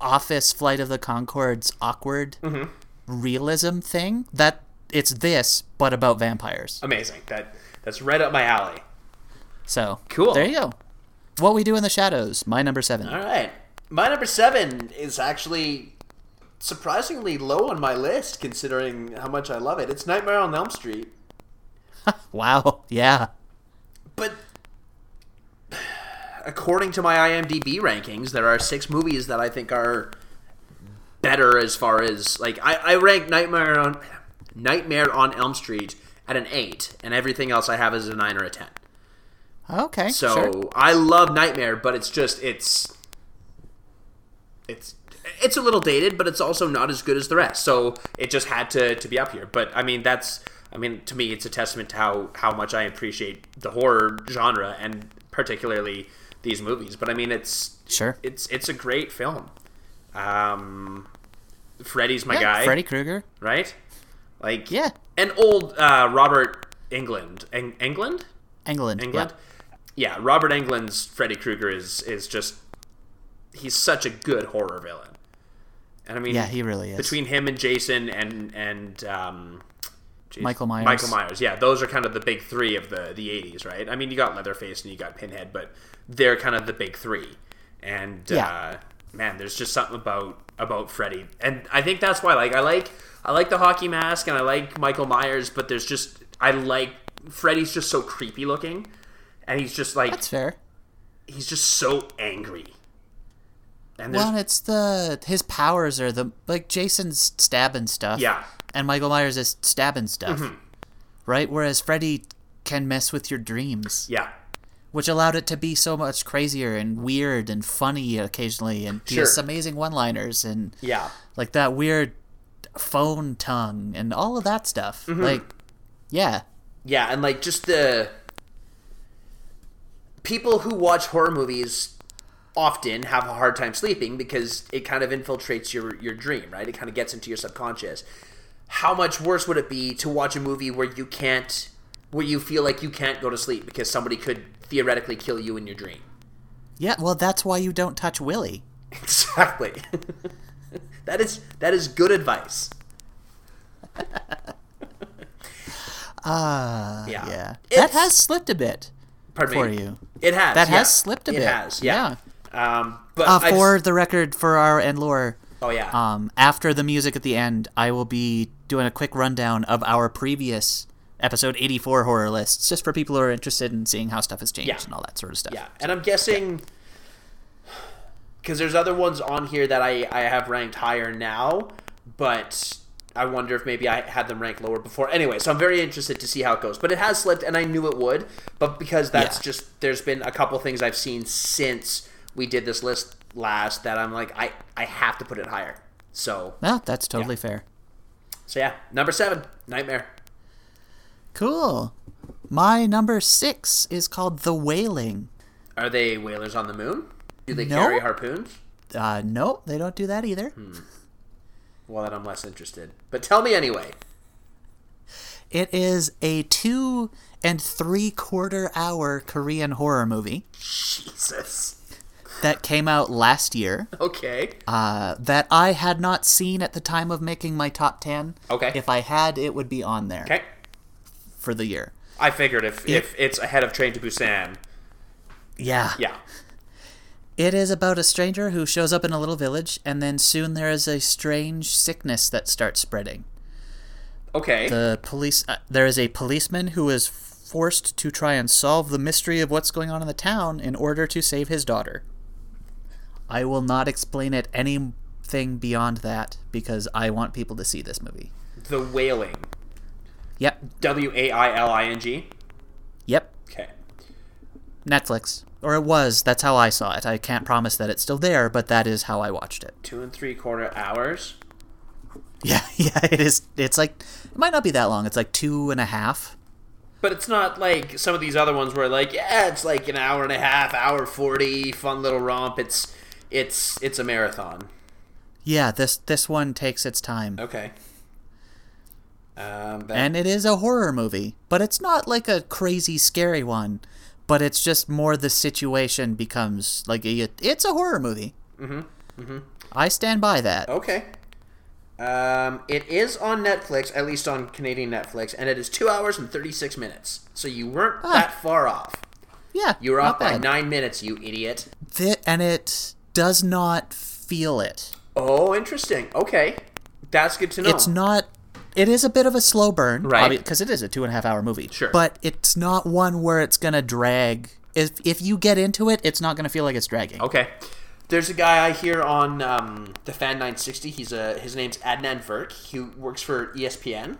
office flight of the Concords awkward
Mm-hmm.
realism thing, that it's this but about vampires.
amazing that that's right up my alley
So
Cool.
There you go. What we do in the shadows, my number seven.
all right my number seven is actually surprisingly low on my list considering how much i love it it's nightmare on elm street
Wow. Yeah.
but according to my IMDb rankings, there are six movies that I think are better as far as like I, I rank Nightmare on Nightmare on Elm Street at an eight, and everything else I have is a nine or a ten.
Okay.
So
sure.
I love Nightmare, but it's just it's it's it's a little dated, but it's also not as good as the rest. So it just had to to be up here. But I mean, that's I mean, to me, it's a testament to how how much I appreciate the horror genre and particularly these movies. But I mean, it's
Sure.
it's it's a great film. Um, Freddy's my
Yeah,
guy,
Freddy Krueger.
right? Like
Yeah.
an old uh, Robert England, Eng- England,
England.
England. Yeah, Robert Englund's Freddy Krueger is is just he's such a good horror villain. And I mean,
Yeah. yeah, he really is.
between him and Jason and and um, geez,
Michael Myers.
Michael Myers, yeah, those are kind of the big three of the the '80s, right? I mean, you got Leatherface and you got Pinhead, but they're kind of the big three. And
Yeah.
uh, man, uh, there's just something about about Freddy, and I think that's why. Like I like I like the hockey mask, and I like Michael Myers, but there's just I like Freddy's just so creepy looking, and he's just like
That's fair.
he's just so angry. And there's
Well, it's the his powers are the like Jason's stabbing stuff.
Yeah. Mm-hmm.
And Michael Myers is stabbing stuff. Right? Whereas Freddy can mess with your dreams,
yeah,
which allowed it to be so much crazier and weird and funny occasionally and
Sure.
just amazing one-liners and
yeah,
like that weird phone tongue and all of that stuff.
Mm-hmm.
Like yeah.
yeah, and like just the people who watch horror movies often have a hard time sleeping because it kind of infiltrates your your dream, right? It kind of gets into your subconscious. How much worse would it be to watch a movie where you can't where you feel like you can't go to sleep because somebody could theoretically kill you in your dream?
Yeah, well that's why you don't touch Willy.
Exactly. that is that is good advice. Ah, yeah.
Yeah.
It's-
that has slipped a bit
pardon
for
me.
you.
It has.
That
yeah.
has slipped a
it
bit.
has. Yeah. Um, but
Uh,
I just-
for the record, for our end lore,
oh yeah,
um, after the music at the end, I will be doing a quick rundown of our previous episode 84 horror lists, just for people who are interested in seeing how stuff has changed
Yeah.
and all that sort of stuff.
yeah, and I'm guessing because there's other ones on here that I I have ranked higher now, but. I wonder if maybe I had them ranked lower before. Anyway, so I'm very interested to see how it goes. But it has slipped, and I knew it would. But because that's
Yeah.
just there's been a couple things I've seen since we did this list last that I'm like I I have to put it higher. So
No, that's totally fair.
so yeah, number seven, Nightmare.
Cool. My number six is called The Wailing.
Are they whalers on the moon? Do they
No.
carry harpoons?
Uh, no, they don't do that either.
Hmm. Well, then I'm less interested. But tell me anyway.
It is a two and three quarter hour Korean horror movie
Jesus.
that came out last year.
Okay.
uh, that I had not seen at the time of making my top 10.
Okay.
If I had, it would be on there
Okay.
for the year.
I figured if, if it's ahead of Train to Busan.
Yeah.
Yeah.
It is about a stranger who shows up in a little village, and then soon there is a strange sickness that starts spreading.
Okay.
The police, uh, there is a policeman who is forced to try and solve the mystery of what's going on in the town in order to save his daughter. I will not explain it anything beyond that because I want people to see this movie.
the whaling.
Yep.
W A I L I N G.
Yep.
Okay.
Netflix. Or it was. That's how I saw it. I can't promise that it's still there, but that is how I watched it.
Two and three quarter hours.
Yeah, yeah, it is. It's like, it might not be that long. It's like two and a half.
But it's not like some of these other ones where like, yeah, it's like an hour and a half, hour forty, fun little romp. It's it's it's a marathon.
Yeah, this this one takes its time.
Okay. Um, that,
And it is a horror movie, but it's not like a crazy scary one, but it's just more the situation becomes like a, it's a horror movie. Mhm.
Mm-hmm,
Mhm. I stand by that.
Okay. Um, it is on Netflix, at least on Canadian Netflix, and it is two hours and thirty-six minutes. So you weren't that far off.
Yeah.
You were
Ah. not
off by
bad.
nine minutes, you idiot.
Thi- and it does not feel it.
Oh, interesting. Okay, that's good to know.
it's not it is a bit of a slow burn
Right.
because it is a two and a half hour movie
Sure.
but it's not one where it's gonna drag if if you get into it it's not gonna feel like it's dragging
okay. There's a guy I hear on um, the Fan 960. He's a his name's Adnan Verk. He works for E ESPN.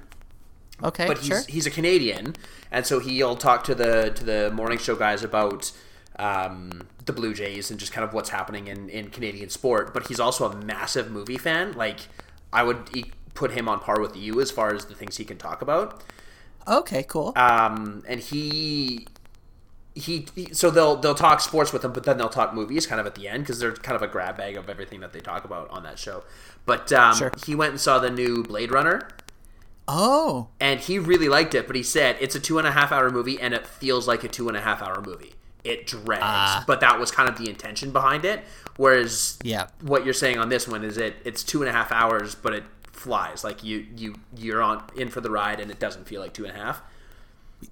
okay
but he's
sure
he's a Canadian, and so he'll talk to the to the morning show guys about um, the Blue Jays and just kind of what's happening in in Canadian sport. But he's also a massive movie fan. Like I would e- put him on par with you as far as the things he can talk about.
okay cool
Um, and he. He, he- so they'll they'll talk sports with him, but then they'll talk movies kind of at the end because they're kind of a grab bag of everything that they talk about on that show. But um,
Sure.
he went and saw the new Blade Runner,
oh
and he really liked it but he said it's a two and a half hour movie and it feels like a two and a half hour movie it drags but that was kind of the intention behind it whereas
Yeah.
what you're saying on this one is it it's two and a half hours but it flies like you you you're on in for the ride and it doesn't feel like two and a half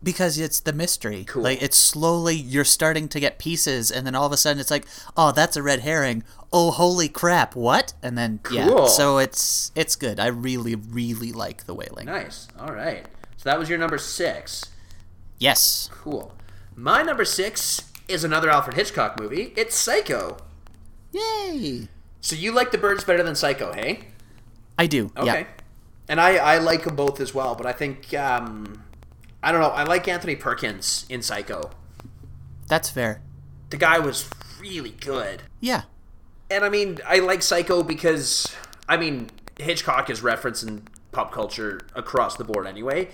because it's the mystery. Cool. Like it's slowly you're starting to get pieces, and then all of a sudden it's like, oh, that's a red herring. Oh, holy crap, what? And then yeah,
Cool.
so it's it's good. I really really like the whaling.
Nice. All right. So that was your number six.
Yes,
Cool. My number six is another Alfred Hitchcock movie. It's Psycho.
yay!
So you like The Birds better than Psycho, hey?
I do.
Okay.
Yeah.
And I, I like them both as well, but I think, um, I don't know, I like Anthony Perkins in Psycho.
That's fair.
The guy was really good.
Yeah.
And I mean, I like Psycho because, I mean, Hitchcock is referenced in pop culture across the board anyway.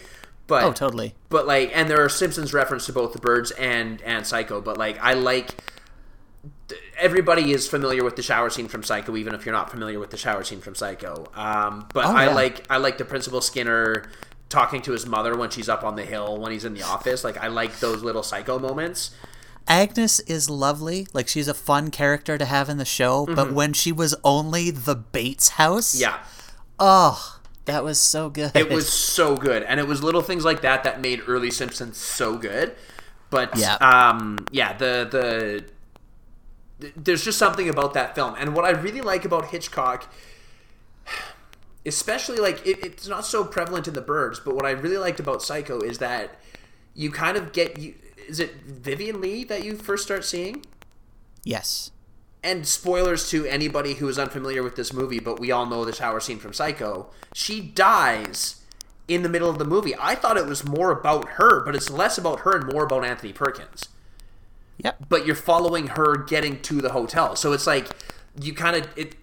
But
Oh, totally.
but like and there are simpsons reference to both the birds and and psycho but like i like th- everybody is familiar with the shower scene from psycho even if you're not familiar with the shower scene from psycho um, but
Oh,
i
yeah.
like i like the principal skinner talking to his mother when she's up on the hill when he's in the office like i like those little psycho moments
Agnes is lovely. Like she's a fun character to have in the show, but when she was only the Bates house,
Mm-hmm. yeah
Oh, that was so good.
it was so good and it was little things like that that made early simpsons so good but
Yeah.
um yeah the the th- there's just something about that film and what i really like about hitchcock especially like it, it's not so prevalent in the birds but what i really liked about psycho is that you kind of get you is it vivian lee that you first start seeing
yes.
and spoilers to anybody who is unfamiliar with this movie, but we all know the shower scene from Psycho. She dies in the middle of the movie. I thought it was more about her, but it's less about her and more about Anthony Perkins.
Yep.
But you're following her getting to the hotel, so it's like you kind of it.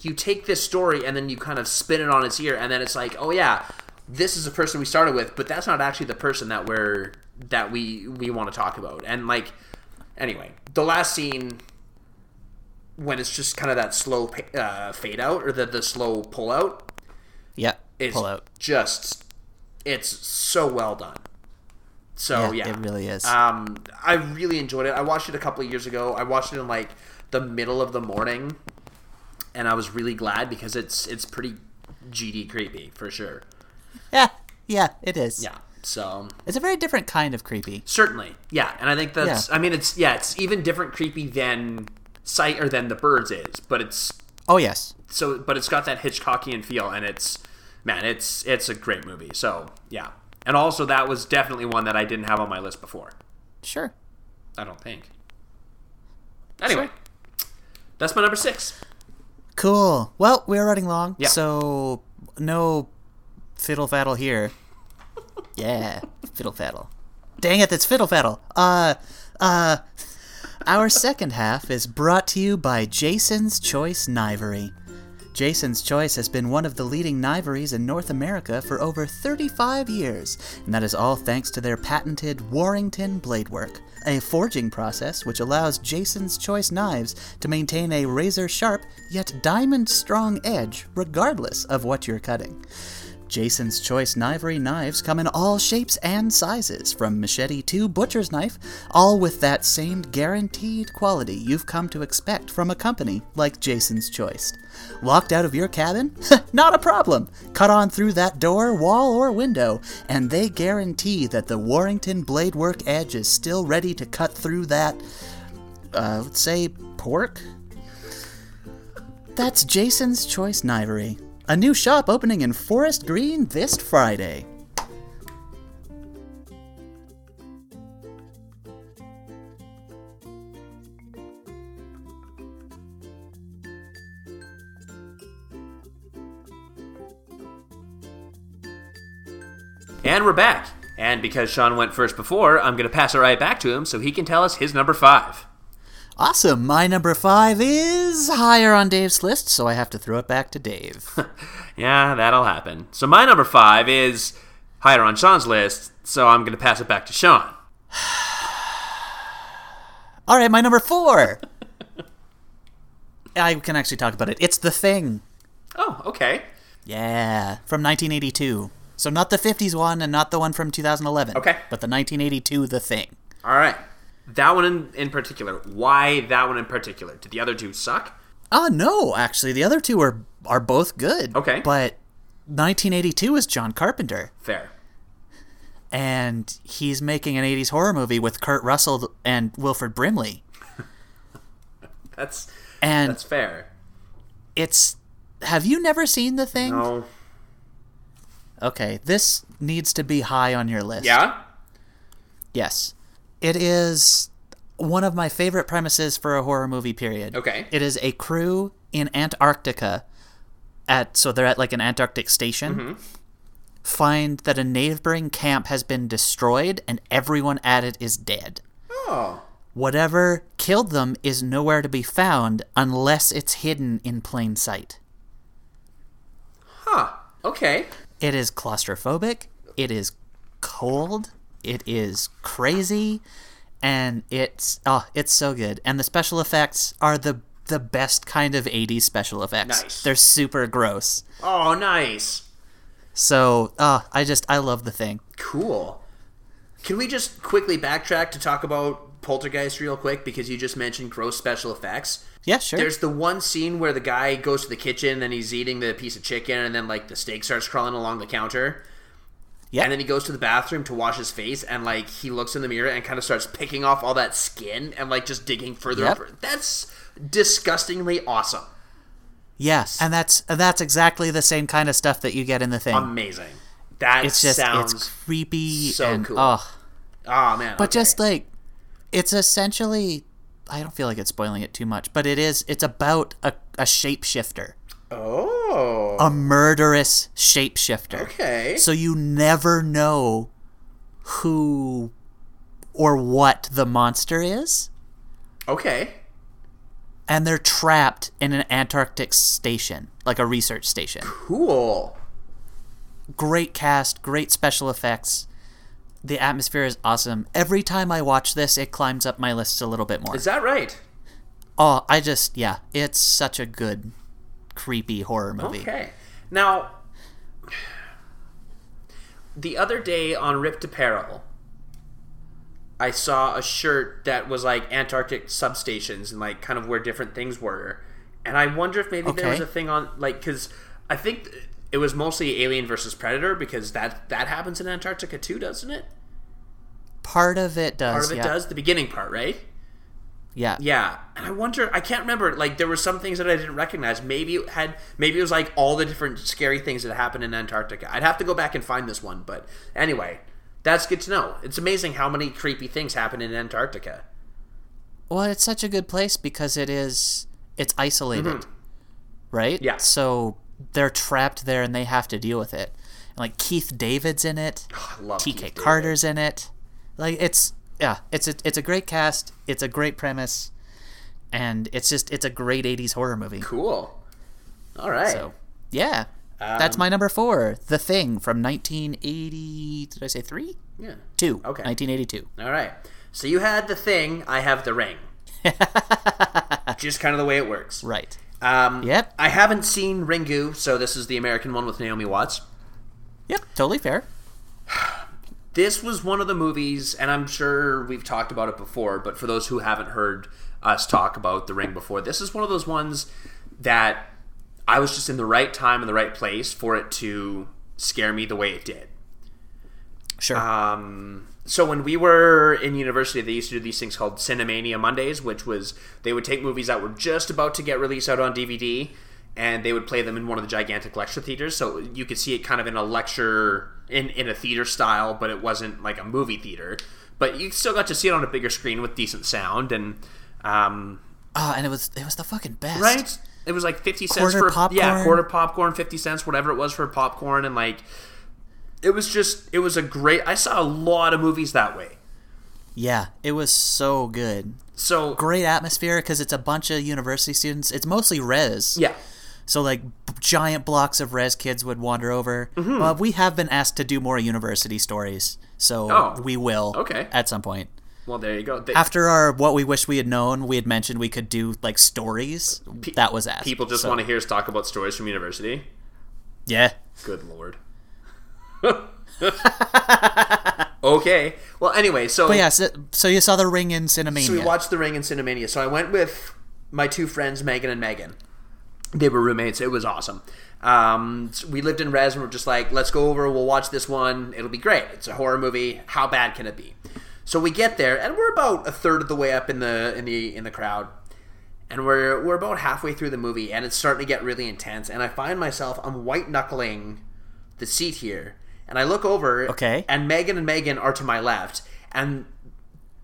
You take this story and then you kind of spin it on its ear, and then it's like, oh yeah, this is the person we started with, but that's not actually the person that we're that we we want to talk about. And like, anyway, the last scene when it's just kind of that slow pa- uh, fade out or the, the slow pull out
Yep.
is
Pull out.
just it's so well done so Oh, yeah,
It really is.
um i really enjoyed it i watched it a couple of years ago i watched it in like the middle of the morning and i was really glad because it's it's pretty gd creepy for sure
yeah. Yeah, it is.
yeah so
It's a very different kind of creepy.
certainly yeah and i think that's i mean it's yeah it's even different creepy than sight or than the birds is but it's
Oh, yes.
so but it's got that Hitchcockian feel and it's man, it's it's a great movie. So yeah. And also that was definitely one that I didn't have on my list before.
Sure.
I don't think. Anyway. That's my number six.
Cool. Well, we're running long,
Yeah.
so no fiddle faddle here. yeah, fiddle faddle. Dang it, that's fiddle faddle. Uh, uh, our second half is brought to you by Jason's Choice Knivery. Jason's Choice has been one of the leading kniveries in North America for over 35 years, and that is all thanks to their patented Warrington bladework, a forging process which allows Jason's Choice knives to maintain a razor sharp yet diamond strong edge regardless of what you're cutting. Jason's Choice Knivery knives come in all shapes and sizes, from machete to butcher's knife, all with that same guaranteed quality you've come to expect from a company like Jason's Choice. Locked out of your cabin? Not a problem! Cut on through that door, wall, or window, and they guarantee that the Warrington Bladework edge is still ready to cut through that, uh, let's say, pork? That's Jason's Choice Knivery, a new shop opening in Forest Green this Friday.
And we're back. And because Sean went first before, I'm gonna pass it right back to him so he can tell us his number five.
Awesome. My number five is higher on Dave's list, so I have to throw it back to Dave.
Yeah, that'll happen. So my number five is higher on Sean's list, so I'm gonna pass it back to Sean.
All right, my number four. I can actually talk about it. It's The Thing.
Oh, okay.
Yeah, from 1982. So not the 50s one and not the one from 2011.
Okay.
But the 1982 The Thing.
All right. That one in, in particular. Why that one in particular? Did the other two suck?
Oh no, actually, the other two are are both good.
Okay.
But 1982 is John Carpenter.
Fair.
and he's making an 80s horror movie with Kurt Russell and Wilfred Brimley.
That's
And
that's fair.
it's have you never seen the thing?
No.
Okay, this needs to be high on your list.
Yeah.
Yes. It is one of my favorite premises for a horror movie period.
Okay.
It is a crew in Antarctica at so they're at like an Antarctic station.
Mm-hmm.
Find that a neighboring camp has been destroyed and everyone at it is dead.
Oh.
Whatever killed them is nowhere to be found unless it's hidden in plain sight.
Huh. Ah, Okay.
It is claustrophobic. It is cold. It is crazy, and it's oh, it's so good. And the special effects are the the best kind of '80s special effects.
Nice.
They're super gross.
Oh, nice.
So uh, I just I love the thing.
Cool. Can we just quickly backtrack to talk about Poltergeist real quick because you just mentioned gross special effects.
Yeah, sure.
There's the one scene where the guy goes to the kitchen and he's eating the piece of chicken and then like the steak starts crawling along the counter.
Yeah.
And then he goes to the bathroom to wash his face and like he looks in the mirror and kind of starts picking off all that skin and like just digging further
Yep.
up. That's disgustingly awesome.
yes, and that's that's exactly the same kind of stuff that you get in the thing.
Amazing. That
it's just
Um, sounds
it's creepy
so
and
cool.
oh.
Oh man.
but just like it's essentially i don't feel like it's spoiling it too much but it is it's about a, a shapeshifter
Oh.
a murderous shapeshifter
okay.
so you never know who or what the monster is
Okay.
and they're trapped in an antarctic station like a research station
Cool.
great cast great special effects the atmosphere is awesome every time i watch this it climbs up my list a little bit more
Is that right?
Oh, I just yeah, it's such a good creepy horror movie.
Okay. Now, the other day on Ripped Apparel, I saw a shirt that was like Antarctic substations and like kind of where different things were. And I wonder if maybe there was
Okay.
a thing on like because I think it was mostly Alien versus Predator because that that happens in Antarctica too, doesn't it?
Part of it does.
Part of it
yeah.
does the beginning part, right?
Yeah.
Yeah, and I wonder. I can't remember. Like there were some things that I didn't recognize. Maybe it had. Maybe it was like all the different scary things that happened in Antarctica. I'd have to go back and find this one. But anyway, that's good to know. It's amazing how many creepy things happen in Antarctica.
Well, it's such a good place because it is it's isolated. Right?
Mm-hmm. Yeah.
So they're trapped there and they have to deal with it. And, like Keith David's in it.
I
TK
love Oh, Keith David.
Carter's in it. Like it's yeah, it's a it's a great cast, it's a great premise, and it's just it's a great 80s horror movie.
Cool. All right.
So, yeah. That's
Um,
my number four, The Thing from 1980. Did I say three?
yeah.
Two.
Okay.
1982.
All right. So you had the thing. I have the ring. Just kind of the way it works.
Right.
Um,
Yep.
I haven't seen Ringu, so this is the American one with Naomi Watts.
Yep. Totally fair.
this was one of the movies, and I'm sure we've talked about it before, but for those who haven't heard us talk about The Ring before, this is one of those ones that I was just in the right time and the right place for it to scare me the way it did.
Sure.
Um, so when we were in university, they used to do these things called Cinemania Mondays, which was they would take movies that were just about to get released out on DVD, and they would play them in one of the gigantic lecture theaters. So you could see it kind of in a lecture in in a theater style, but it wasn't like a movie theater. But you still got to see it on a bigger screen with decent sound and um,
oh, and it was it was the fucking best.
right? It was like fifty cents
Quarter
for yeah,
popcorn.
quarter popcorn, fifty cents, whatever it was for popcorn, and like it was just it was a great. I saw a lot of movies that way.
Yeah. It was so good.
So
Great atmosphere because it's a bunch of university students. It's mostly res.
yeah,
So like b- giant blocks of res kids would wander over.
Mm-hmm.
But we have been asked to do more university stories, so
Oh.
we will.
Okay.
At some point.
well there you go. They,
After our what we wish we had known, we had mentioned we could do like stories. that was asked.
people just
so-
want to hear us talk about stories from university.
Yeah.
Good lord. okay. Well, anyway, so
But Oh, yeah, so, so you saw the ring in Cinemania.
So we watched The Ring and Cinemania. So I went with my two friends, Megan and Megan. They were roommates. It was awesome. Um, so we lived in res and we're just like, let's go over. We'll watch this one. It'll be great. It's a horror movie. How bad can it be? So we get there and we're about a third of the way up in the in the in the crowd, and we're we're about halfway through the movie and it's starting to get really intense. And I find myself I'm white knuckling the seat here, and I look over.
Okay.
And Megan and Megan are to my left, and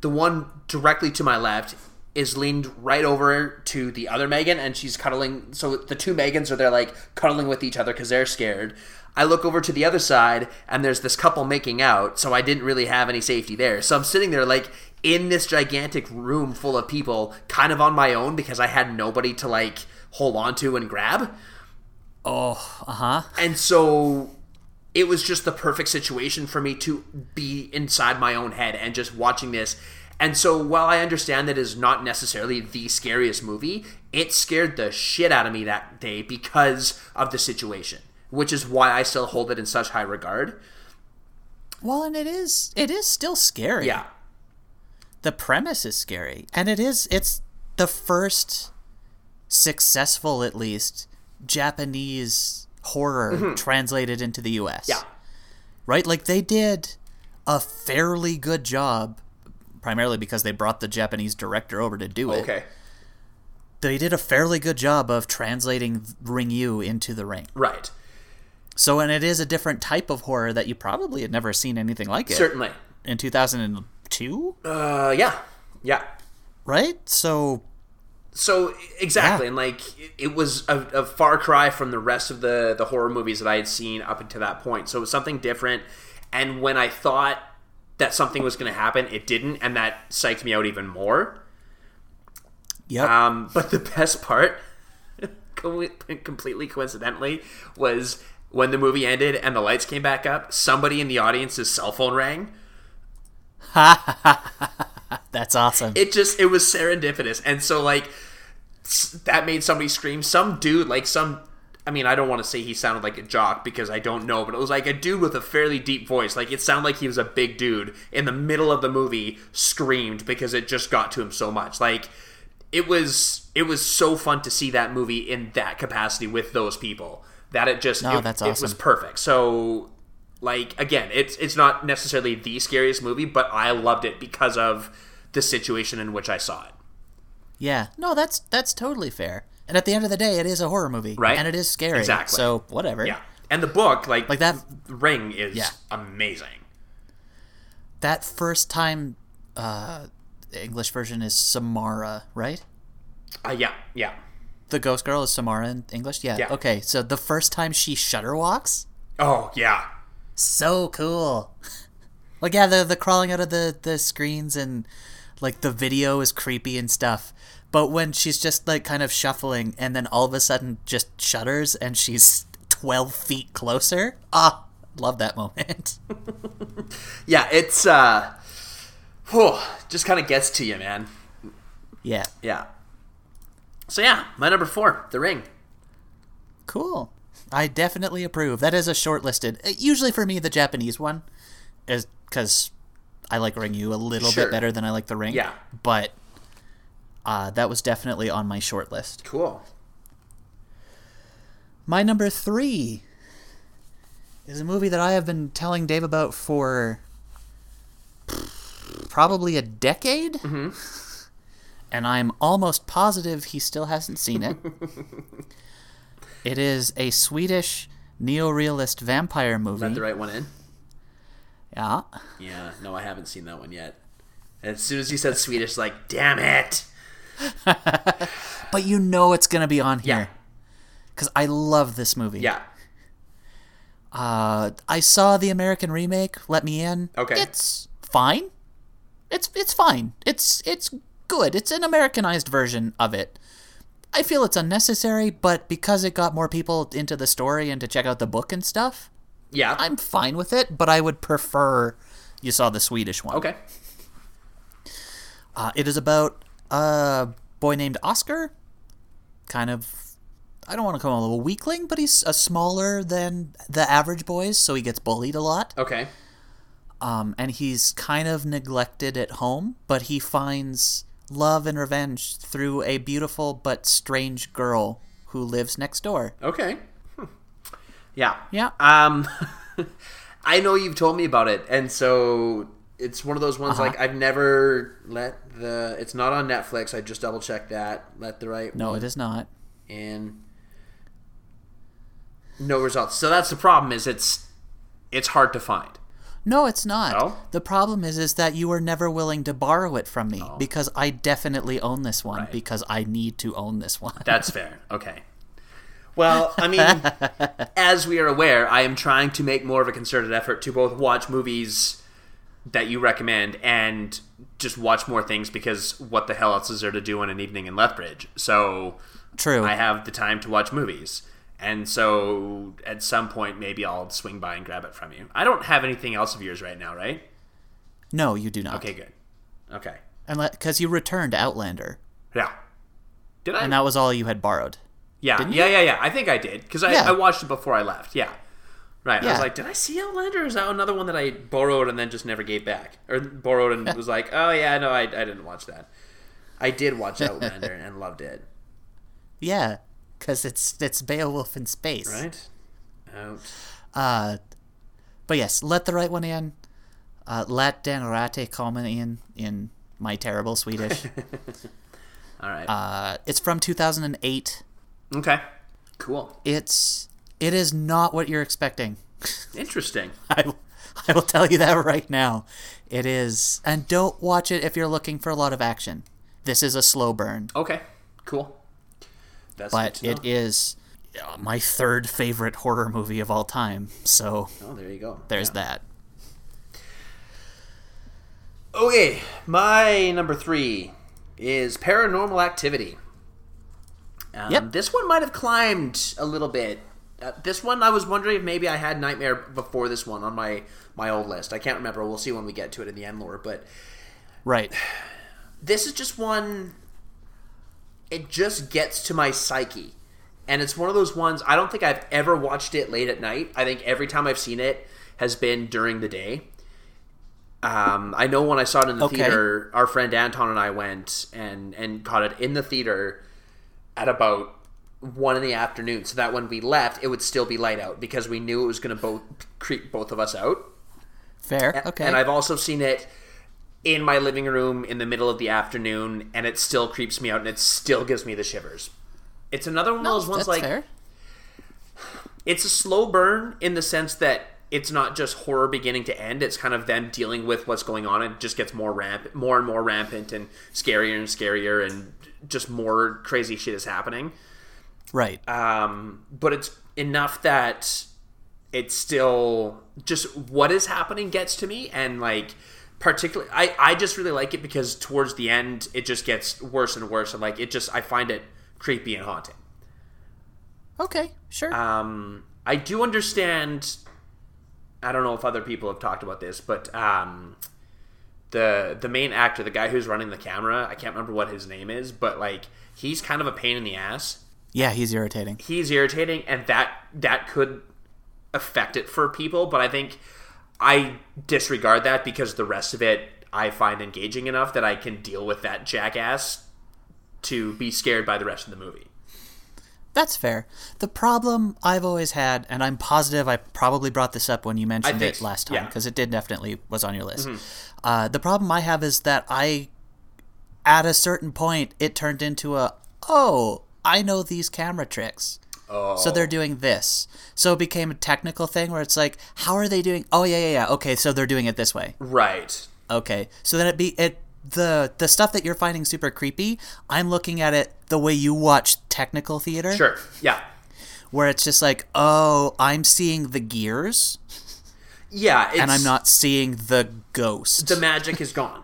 the one directly to my left is leaned right over to the other Megan, and she's cuddling. So the two Megans are there, like cuddling with each other because they're scared. I look over to the other side, and there's this couple making out. So I didn't really have any safety there. So I'm sitting there, like in this gigantic room full of people, kind of on my own because I had nobody to like hold on to and grab.
Oh, uh huh.
And so it was just the perfect situation for me to be inside my own head and just watching this. And so while I understand that it is not necessarily the scariest movie, it scared the shit out of me that day because of the situation, which is why I still hold it in such high regard.
Well, and it is it is still scary.
Yeah.
The premise is scary, and it is it's the first successful, at least, Japanese horror translated into the U.S.
Mm-hmm. Yeah.
right? Like they did a fairly good job, primarily because they brought the Japanese director over to do it.
Okay.
They did a fairly good job of translating Ring You into the Ring.
Right.
So, and it is a different type of horror that you probably had never seen anything like it
Certainly.
in 2002,
Uh yeah. Yeah.
right? So,
So exactly,
Yeah.
and like it was a, a far cry from the rest of the the horror movies that I had seen up until that point. So it was something different. And when I thought that something was going to happen, it didn't, and that psyched me out even more.
yep.
Um, but the best part, co- completely coincidentally, was when the movie ended and the lights came back up. Somebody in the audience's cell phone rang.
That's awesome.
it just it was serendipitous and so like s- that made somebody scream some dude like some i mean i don't want to say he sounded like a jock because i don't know but it was like a dude with a fairly deep voice like it sounded like he was a big dude in the middle of the movie screamed because it just got to him so much like it was it was so fun to see that movie in that capacity with those people that it just
No,
it,
that's
it was
awesome.
perfect so like again it's it's not necessarily the scariest movie but i loved it because of the situation in which i saw it
yeah. No, that's that's totally fair. And at the end of the day, it is a horror movie,
Right.
And it is scary.
Exactly.
So whatever.
yeah and the book like
Like that-
The ring is
Yeah.
amazing
That first time, uh, the English version is Samara, right?
uh, yeah yeah
The ghost girl is Samara in English. Yeah.
Yeah.
Okay. So the first time she shutter walks,
oh yeah
so cool. like yeah, the the crawling out of the the screens and like the video is creepy and stuff. But when she's just like kind of shuffling and then all of a sudden just shudders and she's twelve feet closer. Ah, love that moment.
yeah it's uh whew, just kind of gets to you man
yeah.
yeah so yeah my number four the ring
Cool. I definitely approve. That is a shortlisted. uh, Usually for me, the Japanese one is because I like Ring You a little
Sure.
bit better than I like the Ring.
Yeah.
But uh, that was definitely on my short list.
cool
My number three is a movie that I have been telling Dave about for probably a decade.
Mm-hmm.
And I'm almost positive he still hasn't seen it. it is a Swedish neorealist vampire movie.
let the right one in
Yeah.
yeah no i haven't seen that one yet as soon as you said swedish like damn it
But you know it's going to be on
Yeah.
here. Because I love this movie.
yeah
Uh, I saw the American remake. Let me in.
Okay.
It's fine. It's it's fine. It's it's good. It's an Americanized version of it. I feel it's unnecessary, but because it got more people into the story and to check out the book and stuff,
yeah
I'm fine with it. But I would prefer you saw the Swedish one.
okay
Uh, it is about a boy named Oscar, kind of. I don't want to call him a weakling, but he's a smaller than the average boys, so he gets bullied a lot.
okay
um, and he's kind of neglected at home, but he finds love and revenge through a beautiful but strange girl who lives next door.
okay Hmm. Yeah.
Yeah.
Um, I know you've told me about it, and so it's one of those ones like I've never let the. It's not on Netflix. I just double checked that. Let the right
No, it is not.
and no results. So that's the problem. Is it's it's hard to find.
No, it's not.
No?
The problem is is that you were never willing to borrow it from
Oh.
me because I definitely own this one because I need to own this one.
That's fair. Okay. Well, I mean, as we are aware, I am trying to make more of a concerted effort to both watch movies that you recommend and just watch more things because what the hell else is there to do on an evening in Lethbridge? So
True.
I have the time to watch movies. And so at some point, maybe I'll swing by and grab it from you. I don't have anything else of yours right now, right?
no, you do not.
Okay, good. Okay.
Unless cuz you returned Outlander
Yeah. Did I?
and that was all you had borrowed.
Yeah, yeah, yeah, yeah. I think I did because I,
Yeah.
I watched it before I left. Yeah, right. I was
Yeah.
like, did I see Outlander? Or is that another one that I borrowed and then just never gave back, or borrowed and was like, oh yeah, no, I, I didn't watch that. I did watch Outlander and loved it.
Yeah, cuz it's it's Beowulf in space.
Right. Out.
Uh, but yes, let the right one in. Uh, let den rate kommen in in my terrible Swedish.
All right.
uh, it's from 2008.
okay. Cool.
It's it is not what you're expecting.
Interesting.
I, will- I will tell you that right now. It is, and don't watch it if you're looking for a lot of action. This is a slow burn,
Okay. Cool. That's
but
good
it
to know.
is uh, my third favorite horror movie of all time. So
Oh, there you go.
there's
Yeah.
that.
Okay, my number three is Paranormal Activity. Um,
Yep.
This one might have climbed a little bit. Uh, this one, I was wondering if maybe I had Nightmare before this one on my my old list. I can't remember. We'll see when we get to it in the end lore. But
Right.
this is just one. It just gets to my psyche, and it's one of those ones. I don't think I've ever watched it late at night. I think every time I've seen it has been during the day. Um, I know when I saw it in the
Okay.
theater, our friend Anton and I went and and caught it in the theater at about one in the afternoon. So that when we left, it would still be light out because we knew it was going to both creep both of us out.
Fair. Okay.
And I've also seen it in my living room in the middle of the afternoon, and it still creeps me out, and it still gives me the shivers. It's another one of those ones
That's
like
fair.
it's a slow burn in the sense that it's not just horror beginning to end. It's kind of them dealing with what's going on, and it just gets more ramp, more and more rampant, and scarier and scarier, and just more crazy shit is happening.
Right.
Um, but it's enough that it's still just what is happening gets to me and like particularly I, I just really like it because towards the end it just gets worse and worse and like it just i find it creepy and haunting
okay. Sure.
um i do understand i don't know if other people have talked about this but um the the main actor the guy who's running the camera i can't remember what his name is but like he's kind of a pain in the ass
yeah, he's irritating.
he's irritating and that that could affect it for people but i think i disregard that because the rest of it i find engaging enough that i can deal with that jackass to be scared by the rest of the movie
That's fair. The problem I've always had, and I'm positive I probably brought this up when you mentioned
think
it
so,
last time
yeah.
because it did definitely was on your list. Uh, the problem I have is that I, at a certain point, it turned into a oh I know these camera tricks. Oh. So they're doing this. So it became a technical thing where it's like, how are they doing? Oh yeah, yeah, yeah. Okay, so they're doing it this way.
right
Okay. So then it be it the the stuff that you're finding super creepy. I'm looking at it the way you watch technical theater
sure yeah
where it's just like, oh, I'm seeing the gears
yeah it's,
and I'm not seeing the ghost.
the magic is gone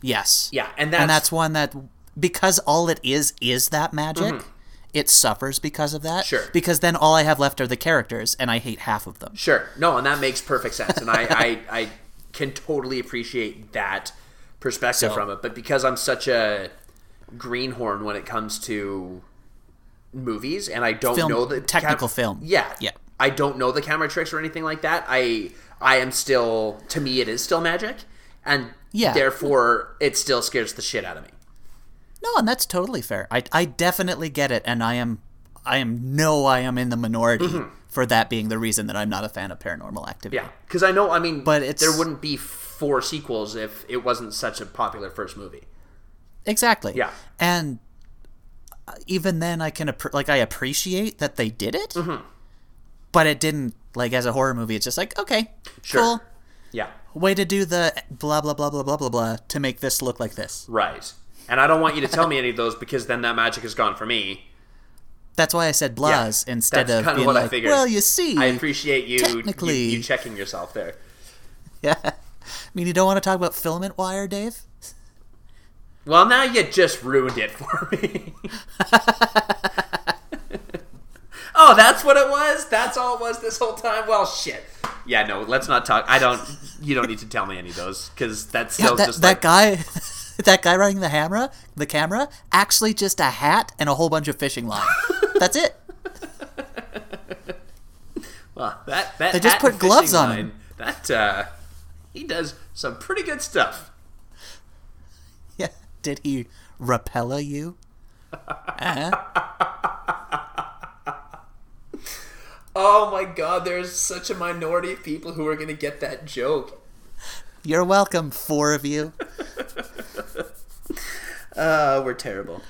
yes.
yeah and that's,
And that's one that because all it is is that magic, it suffers because of that.
Mm-hmm. Sure.
Because then all I have left are the characters and I hate half of them.
sure no and that makes perfect sense and I, I i can totally appreciate that perspective
So-
from it but because i'm such a greenhorn when it comes to movies and I don't
Film-
know the
technical film.
Yeah.
Yeah.
I don't know the camera tricks or anything like that. I I am still to me it is still magic and
Yeah.
therefore it still scares the shit out of me.
No, and that's totally fair. I I definitely get it and I am I am know I am in the minority for that being the reason that I'm not a fan of Paranormal Activity.
Mm-hmm. Yeah, because I know. I mean,
But it's-
there wouldn't be four sequels if it wasn't such a popular first movie.
Exactly.
Yeah.
And uh, even then, I can appre- like I appreciate that they did it,
Mm-hmm.
but it didn't like as a horror movie. It's just like okay,
Sure. Yeah.
cool way to do the blah blah blah blah blah blah blah to make this look like this.
Right. And I don't want you to tell me any of those because then that magic is gone for me.
That's why I said blahs instead
that's
of
kinda
being
what I
like,
figured.
well, you see,
I appreciate you
Technically-
you, you checking yourself there.
yeah. I mean, you don't want to talk about filament wire, Dave.
Well, now you just ruined it for me. oh, that's what it was. That's all it was this whole time. Well, shit. Yeah, no. Let's not talk. I don't. You don't need to tell me any of those because that's still
that,
just
that
like,
guy that guy running the hammer the camera actually just a hat and a whole bunch of fishing line that's it
well, that, that
They just
hat
put
and fishing
gloves on
line,
him.
That uh, he does some pretty good stuff.
yeah did he repella you uh-huh.
Oh my god, there's such a minority of people who are gonna get that joke.
you're welcome four of you
Uh, we're terrible.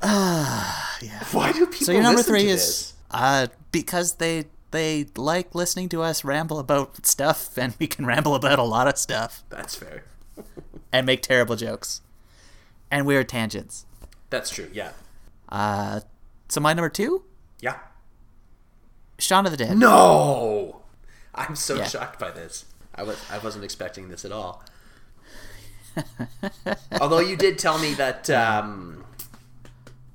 yeah.
Why do people?
so your number
listen
three
to
is uh because they they like listening to us ramble about stuff and we can ramble about a lot of stuff
this? That's fair.
and make terrible jokes and weird tangents
That's true. Yeah.
uh so my number two
Yeah.
Shaun of the Dead.
No. I'm so
Yeah.
shocked by this. I was I wasn't expecting this at all. Although you did tell me that um,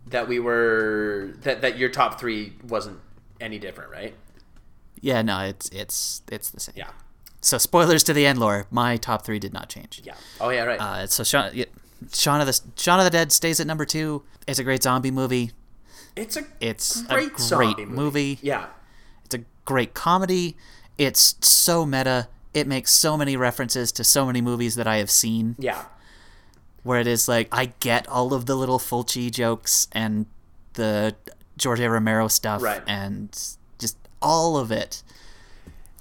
that we were that that your top three wasn't any different, right?
Yeah, no, it's it's it's the same.
Yeah.
So spoilers to the end lore. My top three did not change.
Yeah. Oh yeah. Right.
Uh, so Shaun, yeah, Shaun of the Shaun of the Dead stays at number two. It's a great zombie movie.
it's a
It's
great
a great
zombie
movie.
yeah.
It's a great comedy. It's so meta. It makes so many references to so many movies that I have seen.
Yeah.
Where it is like I get all of the little Fulci jokes and the George A. Romero stuff
Right.
and just all of it.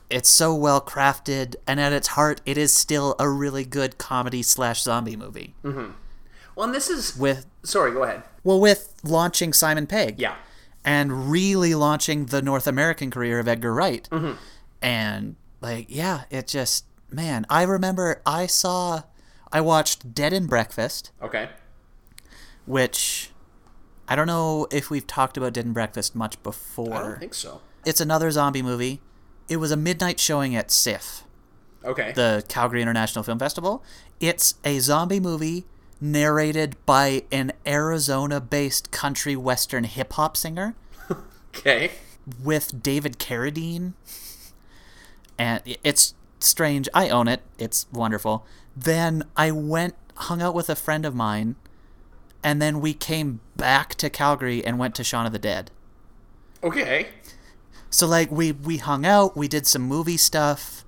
It's so well crafted, and at its heart, it is still a really good comedy slash zombie movie.
Mm-hmm. Well, and this is
With
sorry. Go ahead.
Well, with launching Simon Pegg.
Yeah.
And really launching the North American career of Edgar Wright.
Mm-hmm.
And, like, yeah, it just, man, I remember I saw, I watched Dead and Breakfast,
Okay.
which I don't know if we've talked about Dead and Breakfast much before.
I don't think so.
It's another zombie movie. It was a midnight showing at SIF,
Okay.
the Calgary International Film Festival. It's a zombie movie narrated by an Arizona based country western hip hop singer.
okay.
with David Carradine, and i- it's strange. I own it. It's wonderful. Then I went hung out with a friend of mine, and then we came back to Calgary and went to Shaun of the Dead.
Okay.
So like we we hung out, we did some movie stuff.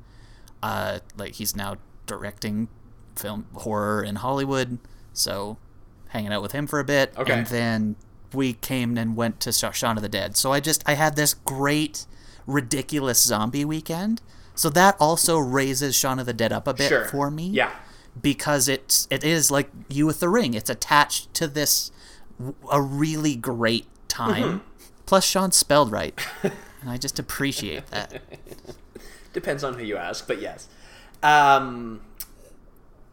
Uh, like he's now directing film horror in Hollywood, so hanging out with him for a bit,
Okay.
and then we came and went to Sha- Shaun of the Dead. So I just I had this great ridiculous zombie weekend. So that also raises Shaun of the Dead up a bit
Sure.
for me
Yeah.
because it's it is like you with the ring. It's attached to this w- a really great
Mm-hmm.
time. Plus, Sean spelled right, and I just appreciate that.
Depends on who you ask, but yes. Um,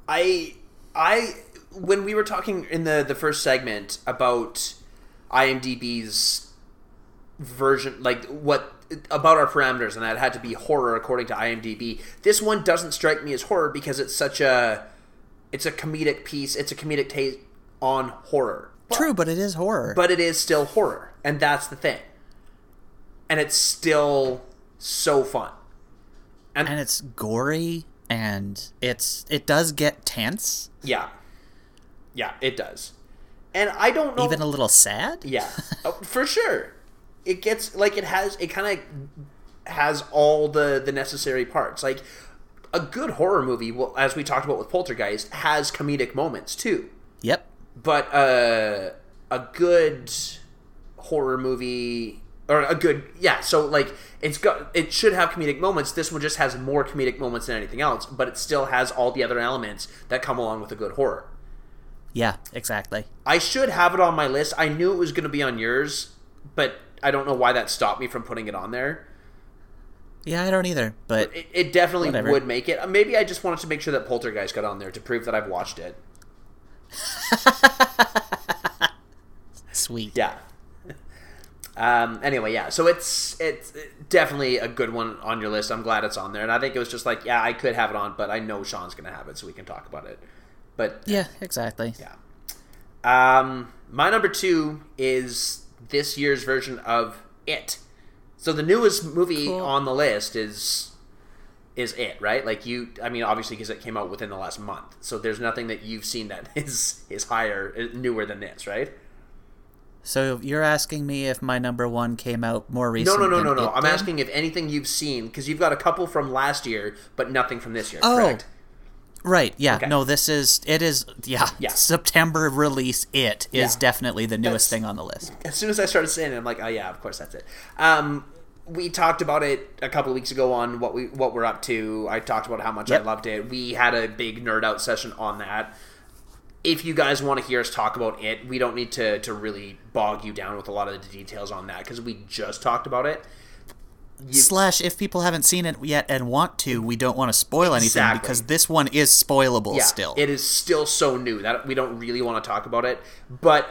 I I when we were talking in the the first segment about IMDb's version, like what about our parameters, and that had to be horror according to IMDb. This one doesn't strike me as horror because it's such a it's a comedic piece. It's a comedic take on horror.
True, but it is horror.
but it is still horror and that's the thing and it's still so fun
and it's gory, and it's it does get tense,
yeah yeah it does and i don't know
even a little sad.
yeah Oh, for sure it gets like it has it kind of has all the the necessary parts like a good horror movie well, as we talked about with poltergeist has comedic moments too
Yep.
but uh, a good horror movie or a good yeah so like it's got it should have comedic moments this one just has more comedic moments than anything else but it still has all the other elements that come along with a good horror
Yeah, exactly.
i should have it on my list i knew it was going to be on yours but i don't know why that stopped me from putting it on there
Yeah, I don't either, but
it, it definitely
Whatever.
would make it maybe i just wanted to make sure that poltergeist got on there to prove that i've watched it
sweet.
yeah um anyway yeah so it's it's definitely a good one on your list i'm glad it's on there and i think it was just like yeah i could have it on but i know sean's gonna have it so we can talk about it but
Yeah, exactly.
yeah um my number two is this year's version of it so the newest movie
Cool.
on the list is is it right like you i mean obviously because it came out within the last month so there's nothing that you've seen that is is higher uh, newer than this right
So you're asking me if my number one came out more
No,
recently?
no, no, no, no. I'm asking if anything you've seen because you've got a couple from last year, but nothing from this year.
Oh.
correct?
Right. Yeah.
Okay.
No, this is it is yeah,
Yeah.
September release it is
Yeah.
definitely the newest
That's-
thing on the list.
As soon as I started saying it, I'm like, oh yeah, of course that's it. Um, we talked about it a couple of weeks ago on what we what we're up to. I talked about how much
Yep.
I loved it. We had a big nerd out session on that. If you guys want to hear us talk about it, we don't need to to really bog you down with a lot of the details on that because we just talked about it. You-
Slash if people haven't seen it yet and want to, we don't want to spoil anything
Exactly.
because this one is spoilable
Yeah,
still.
It is still so new that we don't really want to talk about it. But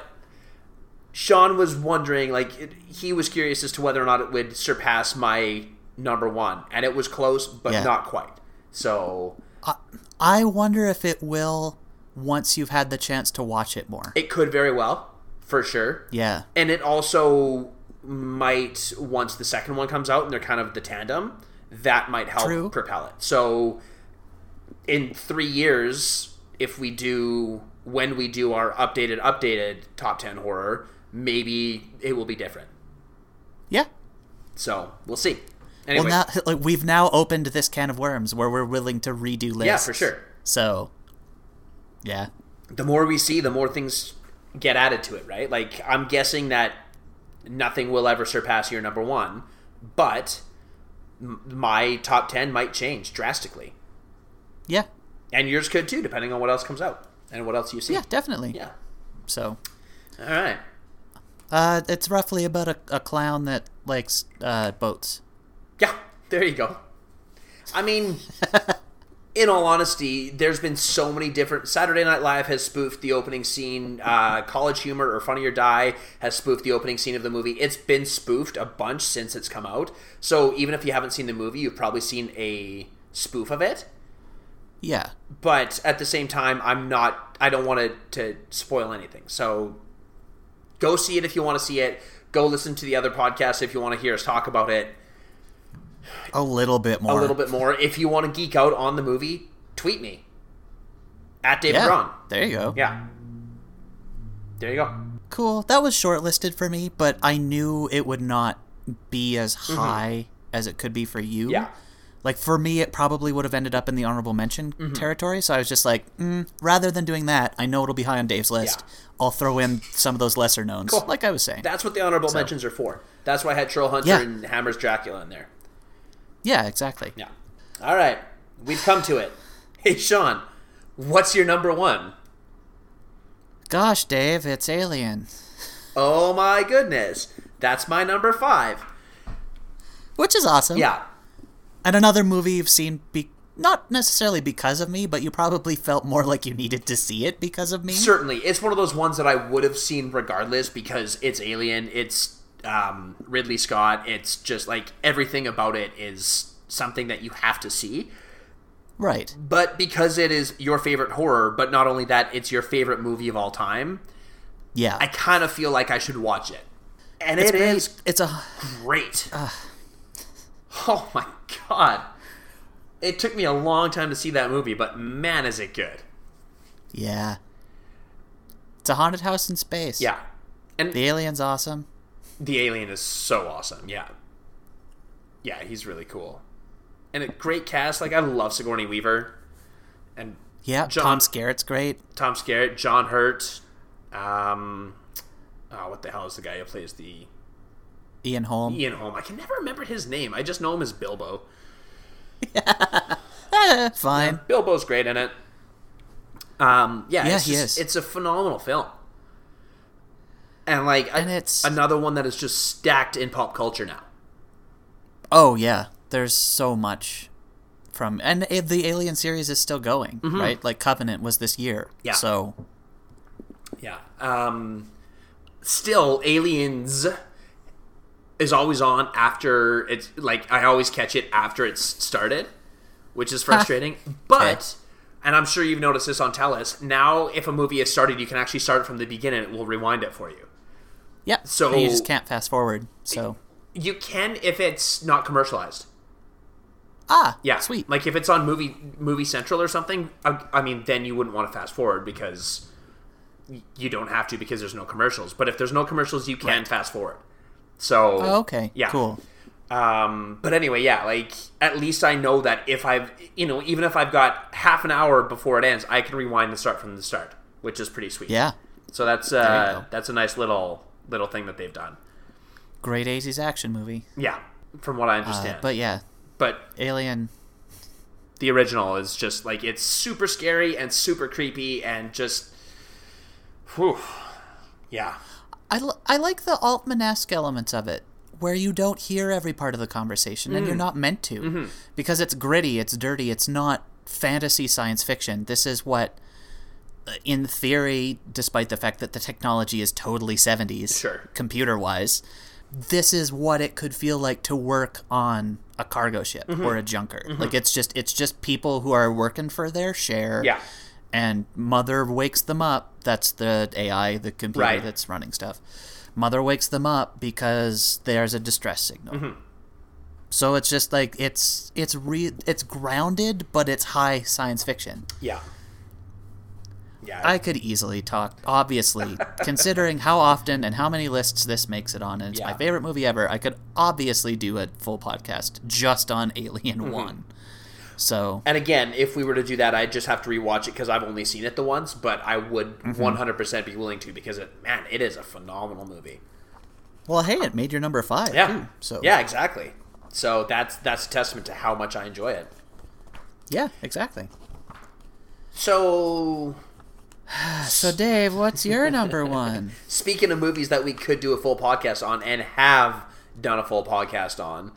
Sean was wondering, like, it, he was curious as to whether or not it would surpass my number one, and it was close, but
Yeah.
not quite. So
I wonder if it will once you've had the chance to watch it more.
it could very well, for sure.
yeah.
And it also might, once the second one comes out and they're kind of the tandem, that might help
True.
propel it. So in three years, if we do, when we do our updated, updated top 10 horror, maybe it will be different.
Yeah.
So we'll see. Anyway,
Well, now like we've now opened this can of worms where we're willing to redo lists.
yeah, for sure.
So, yeah,
the more we see, the more things get added to it, right? Like I'm guessing that nothing will ever surpass your number one, but m- my top ten might change drastically,
yeah,
and yours could too, depending on what else comes out and what else you see.
yeah, definitely.
Yeah.
So,
All right.
uh, it's roughly about a, a clown that likes uh, boats.
Yeah. There you go. I mean. In all honesty, there's been so many different. Saturday Night Live has spoofed the opening scene. Uh, College Humor or Funny or Die has spoofed the opening scene of the movie. It's been spoofed a bunch since it's come out. So even if you haven't seen the movie, you've probably seen a spoof of it.
Yeah,
But at the same time, I'm not. I don't want to to spoil anything. So go see it if you want to see it. Go listen to the other podcasts if you want to hear us talk about it.
a little bit more.
a little bit more. If you want to geek out on the movie, tweet me at David
Yeah.
Braun.
There you go.
Yeah, there you go.
Cool. That was shortlisted for me, but I knew it would not be as high as it could be for you.
Mm-hmm. Yeah.
Like for me, it probably would have ended up in the honorable mention
Mm-hmm.
territory. So I was just like, mm, rather than doing that, I know it'll be high on Dave's list.
Yeah.
I'll throw in some of those lesser knowns,
Cool.
like I was saying.
That's what the honorable mentions are for. That's why I had Troll Hunter
Yeah.
and Hammer's Dracula in there.
yeah, exactly.
Yeah. All right, we've come to it. Hey, Sean, what's your number one?
Gosh, Dave, it's Alien,
Oh my goodness, that's my number five.
which is awesome.
Yeah,
And another movie you've seen, be- not necessarily because of me, but you probably felt more like you needed to see it because of me.
certainly, it's one of those ones that I would have seen regardless because it's Alien. It's um, Ridley Scott. It's just like everything about it is something that you have to see.
Right.
but because it is your favorite horror, but not only that, it's your favorite movie of all time.
Yeah.
I kind of feel like I should watch it, and
it's
it
great.
is
It's a
great. Oh my god! It took me a long time to see that movie, but man, is it good!
yeah. It's a haunted house in space.
Yeah, and
The alien's awesome.
the alien is so awesome. Yeah, yeah, he's really cool, and a great cast. Like I love Sigourney Weaver, and
Yeah.
John-
Tom Skerritt's great.
Tom Skerritt, John Hurt, um, oh, what the hell is the guy who plays the
Ian Holm.
Ian Holm. I can never remember his name. I just know him as Bilbo.
Fine.
Bilbo's great in it. Um, yeah,
Yeah,
it's
he
just-
is.
It's a phenomenal film, and like,
And it's-
another one that is just stacked in pop culture now.
Oh yeah, there's so much from and a- the Alien series is still going, right? Like Covenant was this year.
Mm-hmm. Yeah.
So
Yeah. Um, still, Aliens is always on after it's like I always catch it after it's started, which is frustrating. but and I'm sure you've noticed this on Telus. Now, if a movie is started, you can actually start it from the beginning. It will rewind it for you.
yeah.
So-
you just can't fast forward. So
You can if it's not commercialized.
ah
Yeah,
sweet
Like if it's on movie Movie Central or something, I, I mean, then you wouldn't want to fast forward because y- you don't have to because there's no commercials. But if there's no commercials, you can fast forward. So
Oh, okay
yeah,
cool
Um, but anyway, yeah, like at least I know that if I've you know even if I've got half an hour before it ends, I can rewind and start from the start, which is pretty sweet.
yeah
So that's
There you
uh,
go.
that's a nice little little thing that they've done.
great 80s action movie.
Yeah, from what I
Uh,
understand.
But yeah,
but
Alien
the original is just like it's super scary and super creepy and just whew. yeah
I, l- I like the Altmanesque elements of it, where you don't hear every part of the conversation and
Mm.
you're not meant to.
Mm-hmm.
Because it's gritty, it's dirty, it's not fantasy science fiction. This is what, uh, in theory, despite the fact that the technology is totally 70s,
Sure.
computer wise, this is what it could feel like to work on a cargo ship
Mm-hmm.
or a junker. Like it's just it's just people who are working for their share.
Yeah.
And mother wakes them up. That's the AI, the computer
Right.
that's running stuff. Mother wakes them up because there's a distress signal.
Mm-hmm.
So it's just like it's it's re- it's grounded, but it's high science fiction.
yeah yeah
I could easily talk. Obviously, considering how often and how many lists this makes it on, and it's my
Yeah.
favorite movie ever, I could obviously do a full podcast just on Alien
Mm-hmm.
One. So
and again if we were to do that i'd just have to rewatch it because i've only seen it the once but i would 100% be willing to because it man it is a phenomenal movie
Well, hey, it made your number five.
yeah
Too, so
yeah exactly so that's that's a testament to how much i enjoy it
yeah, exactly.
so
So Dave, what's your number one?
speaking of movies that we could do a full podcast on and have done a full podcast on,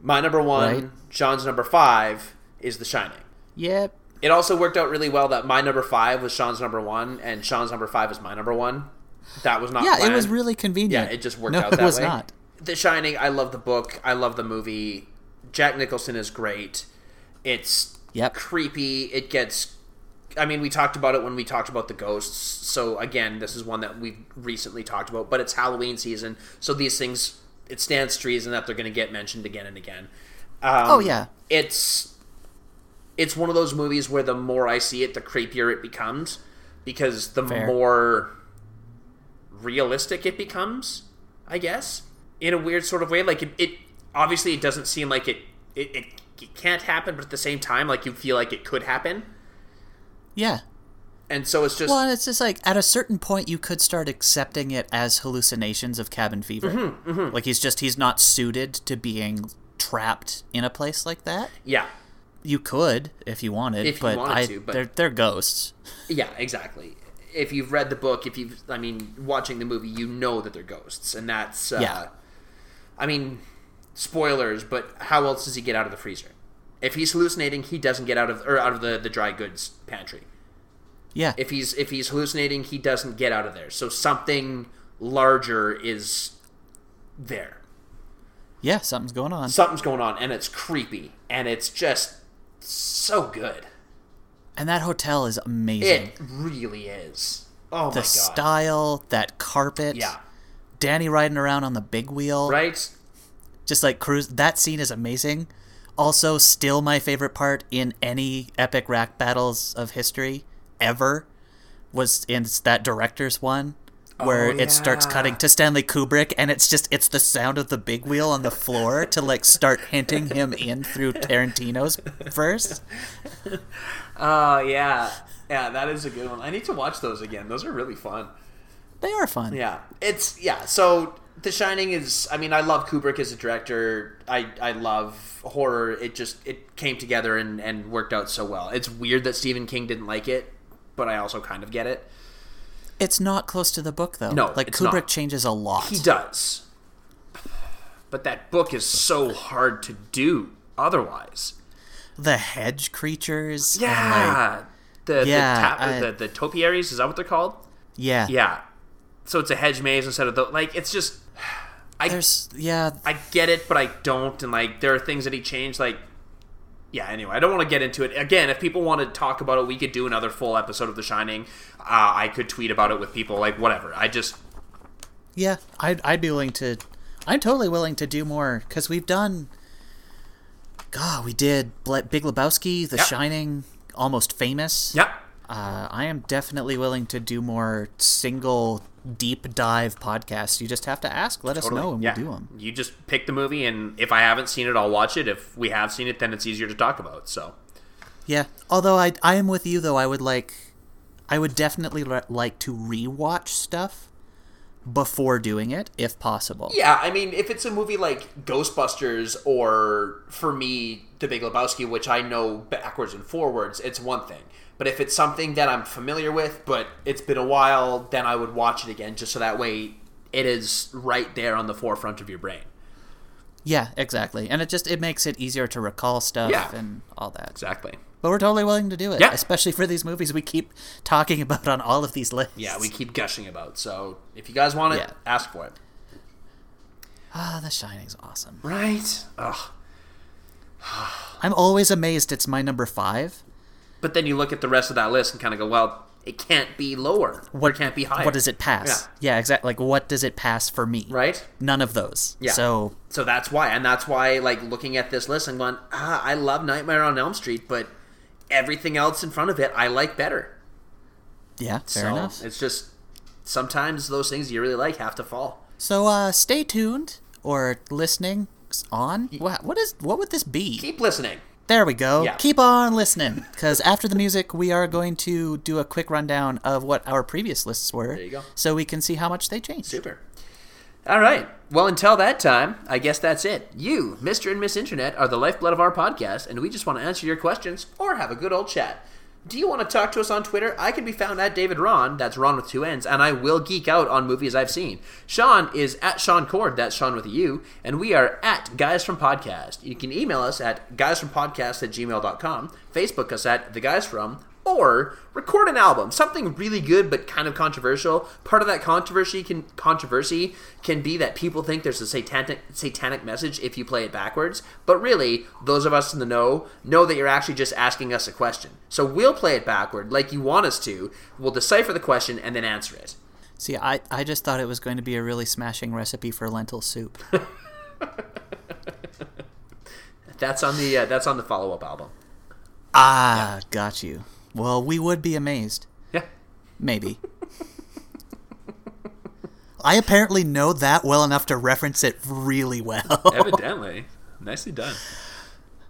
my number one,
Right.
Sean's number five, is The Shining.
Yep.
It also worked out really well that my number five was Sean's number one, and Sean's number five is my number one. That was not.
Yeah, it
planned.
was really
Yeah,
convenient.
it just worked
no,
out.
It
That
was
way.
not.
The Shining. I love the book. I love the movie. Jack Nicholson is great. It's
Yep.
creepy. It gets. I mean, we talked about it when we talked about the ghosts. So again, this is one that we've recently talked about. But it's Halloween season, so these things it stands to reason that they're going to get mentioned again and again. Um,
Oh, yeah.
it's it's one of those movies where the more I see it, the creepier it becomes because the
Fair.
more realistic it becomes, I guess, in a weird sort of way. Like it, it obviously it doesn't seem like it it, it it can't happen, but at the same time, like you feel like it could happen,
Yeah.
and so it's just
Well, and it's just like at a certain point you could start accepting it as hallucinations of cabin fever.
Mm-hmm,
Like he's just he's not suited to being trapped in a place like that.
yeah,
You could if you wanted,
If you
but
wanted
I
to, but-
they're they're ghosts.
yeah, exactly. If you've read the book, if you've, I mean, watching the movie, you know that they're ghosts, and that's uh,
Yeah.
I mean, spoilers, but how else does he get out of the freezer? If he's hallucinating, he doesn't get out of or out of the, the dry goods pantry.
Yeah.
If he's if he's hallucinating, he doesn't get out of there. So something larger is there.
yeah, something's going on.
Something's going on, and it's creepy, and it's just so good.
And that hotel is amazing.
It really is. Oh my
the
god!
style, that carpet.
Yeah,
Danny riding around on the big wheel.
right.
Just like cruise that scene is amazing. Also, still my favorite part in any epic rack battles of history ever was in that director's one where
Oh,
it starts
yeah.
cutting to Stanley Kubrick and it's just it's the sound of the big wheel on the floor to like start hinting him in through Tarantino's verse.
Oh yeah, yeah. That is a good one. I need to watch those again. Those are really fun.
They are fun.
Yeah, it's yeah. So The Shining is. I mean, I love Kubrick as a director. I I love horror. It just it came together and and worked out so well. It's weird that Stephen King didn't like it, but I also kind of get it.
It's not close to the book though.
No,
like
it's
Kubrick
not.
changes a lot.
He does, but that book is so hard to do otherwise.
the hedge creatures. and, like,
Yeah.
Yeah,
the, the, tap,
I-
the the topiaries is that what they're called?
yeah.
Yeah. So it's a hedge maze instead of the like. It's just
There's yeah.
I get it, but I don't. And like, there are things that he changed. Like, yeah. Anyway, I don't want to get into it again. If people want to talk about it, we could do another full episode of The Shining. Uh, I could tweet about it with people. Like, whatever. I just
Yeah, I'd I'd be willing to. I'm totally willing to do more because we've done. God, we did Ble- Big Lebowski, The
Yeah.
Shining, Almost Famous.
yeah.
Uh, I am definitely willing to do more single deep dive podcasts. You just have to ask. Let us know, and
yeah.
we'll do them.
You just pick the movie, and if I haven't seen it, I'll watch it. If we have seen it, then it's easier to talk about. So
Yeah. Although I I am with you though. I would like, I would definitely re- like to rewatch stuff before doing it, if possible.
Yeah, I mean, if it's a movie like Ghostbusters or for me, The Big Lebowski, which I know backwards and forwards, it's one thing. But if it's something that I'm familiar with, but it's been a while, then I would watch it again just so that way it is right there on the forefront of your brain.
Yeah, exactly. And it just it makes it easier to recall stuff
Yeah.
and all that.
Exactly.
But we're totally willing to do it,
Yeah.
especially for these movies we keep talking about on all of these lists.
Yeah, we keep gushing about. So if you guys want it,
Yeah.
ask for it.
Ah, The Shining's awesome.
Right? Ugh.
I'm always amazed it's my number 5.
But then you look at the rest of that list and kind of go, well, it can't be lower. What,
What-
it can't be higher.
What does it pass? Yeah, exactly. Like what does it pass for me?
Right?
None of those.
Yeah.
So,
So that's why, and that's why, like looking at this list and going, ah, I love Nightmare on Elm Street, but everything else in front of it I like better.
yeah, fair
so
enough.
It's just sometimes those things you really like have to fall.
So, uh stay tuned or listening on. What what is what would this be?
Keep listening.
There we go.
Yeah.
Keep on listening, because after the music, we are going to do a quick rundown of what our previous lists were.
There you go.
So we can see how much they changed.
Super. All right. Well, until that time, I guess that's it. You, Mr. and Miss Internet, are the lifeblood of our podcast, and we just want to answer your questions or have a good old chat. Do you want to talk to us on Twitter? I can be found at David Ron, that's Ron with two N's, and I will geek out on movies I've seen. Sean is at Sean Cord, that's Sean with a U, and we are at Guys from Podcast. You can email us at guysfrompodcast at gmail.com, Facebook us at The Guys From, or record an album something really good but kind of controversial part of that controversy can controversy can be that people think there's a satanic satanic message if you play it backwards but really those of us in the know know that you're actually just asking us a question so we'll play it backward like you want us to we'll decipher the question and then answer it
See, I, I just thought it was going to be a really smashing recipe for lentil soup.
that's on the uh, that's on the follow-up album
ah, got you. Well, we would be amazed.
yeah
Maybe. I apparently know that well enough to reference it really well.
evidently nicely done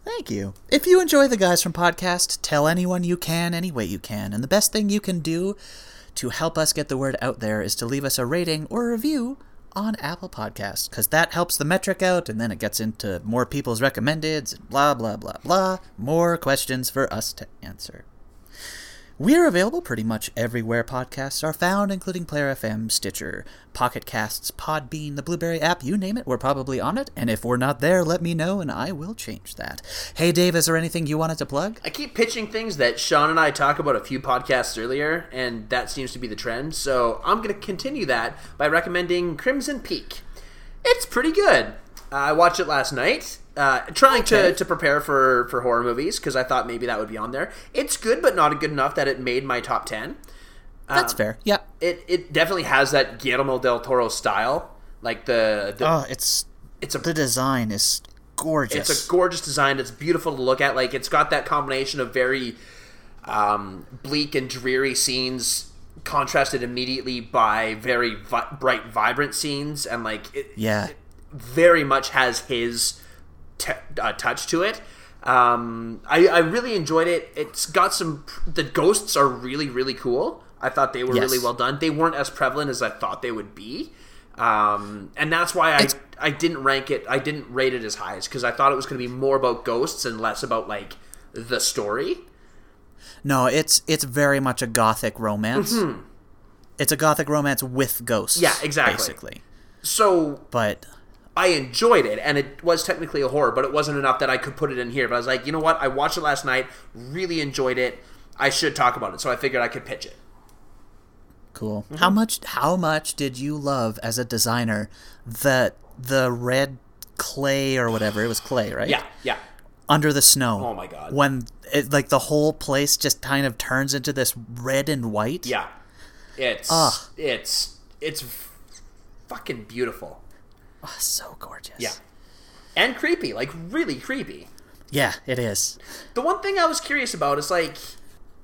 Thank you. If you enjoy the guys from podcast, tell anyone you can any way you can. And the best thing you can do to help us get the word out there is to leave us a rating or a review on Apple Podcasts cuz that helps the metric out and then it gets into more people's recommendeds and blah blah blah blah, more questions for us to answer. We're available pretty much everywhere podcasts are found, including Player FM, Stitcher, Pocket Casts, Podbean, the Blueberry app, you name it, we're probably on it. And if we're not there, let me know and I will change that. Hey, Dave, is there anything you wanted to plug?
I keep pitching things that Sean and I talked about a few podcasts earlier, and that seems to be the trend. So I'm going to continue that by recommending Crimson Peak. It's pretty good. I watched it last night, uh, trying
Okay.
to, to prepare for, for horror movies because I thought maybe that would be on there. It's good, but not good enough that it made my top 10 Uh,
That's fair. Yeah.
it it definitely has that Guillermo del Toro style, like the, the
Oh, it's
it's a
the design is gorgeous.
it's a gorgeous design. It's beautiful to look at. Like it's got that combination of very um, bleak and dreary scenes contrasted immediately by very vi- bright, vibrant scenes, and like it,
yeah.
very much has his t- uh, touch to it. Um, I, I really enjoyed it. It's got some. The ghosts are really really cool. I thought they were
Yes.
really well done. They weren't as prevalent as I thought they would be. Um, and that's why I
It's-
I didn't rank it. I didn't rate it as high as because I thought it was going to be more about ghosts and less about like the story.
No, it's it's very much a gothic romance. It's a gothic romance with ghosts.
Mm-hmm. Yeah, exactly.
Basically,
So
but
I enjoyed it, and it was technically a horror, but it wasn't enough that I could put it in here. But I was like, you know what? I watched it last night, really enjoyed it. I should talk about it, so I figured I could pitch it.
cool.
Mm-hmm.
How much how much did you love as a designer the the red clay or whatever it was clay right?
Yeah, yeah.
Under the snow.
Oh my God.
When it, like the whole place just kind of turns into this red and white.
Yeah. It's
Ah.
it's it's f- fucking beautiful.
Oh, so gorgeous.
Yeah. And creepy, like really creepy.
Yeah, it is.
The one thing I was curious about is like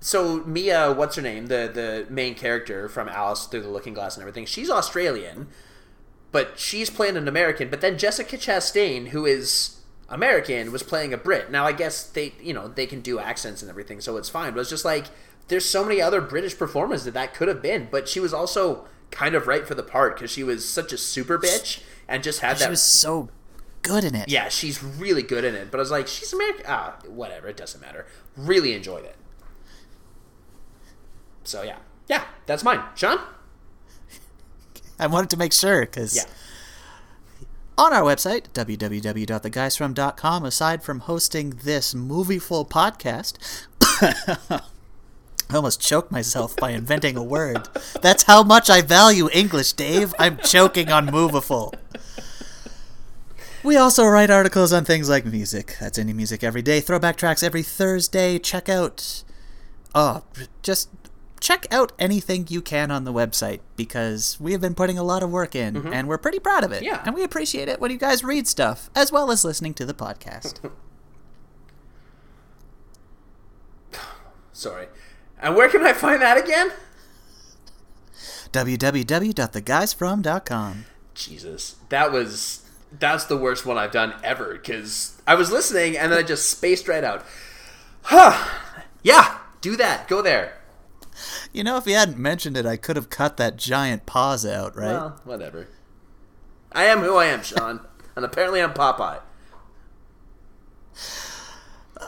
so Mia, what's her name? The the main character from Alice Through the Looking Glass and everything. She's Australian, but she's playing an American, but then Jessica Chastain, who is American, was playing a Brit. Now I guess they, you know, they can do accents and everything, so it's fine. But it's just like there's so many other British performers that that could have been, but she was also kind of right for the part because she was such a super bitch and just had
She
that
was so good in it.
yeah, she's really good in it. But I was like, she's American. Ah, whatever. It doesn't matter. Really enjoyed it. So yeah, yeah, that's mine. Sean.
I wanted to make sure because
Yeah.
on our website www.theguysfrom.com, aside from hosting this movieful podcast, I almost choked myself by inventing a word. That's how much I value English, Dave. I'm choking on moveful. We also write articles on things like music. That's any music every day. Throwback tracks every Thursday. Check out Oh, just check out anything you can on the website because we have been putting a lot of work in and we're pretty proud of it.
Yeah.
And we appreciate it when you guys read stuff as well as listening to the podcast.
Sorry. And where can I find that again?
www.theguysfrom.com.
Jesus, that was that's the worst one I've done ever. Because I was listening and then I just spaced right out. Huh. Yeah. Do that. Go there.
You know, if you hadn't mentioned it, I could have cut that giant pause out, right?
Well, whatever. I am who I am, Sean, and apparently I'm Popeye.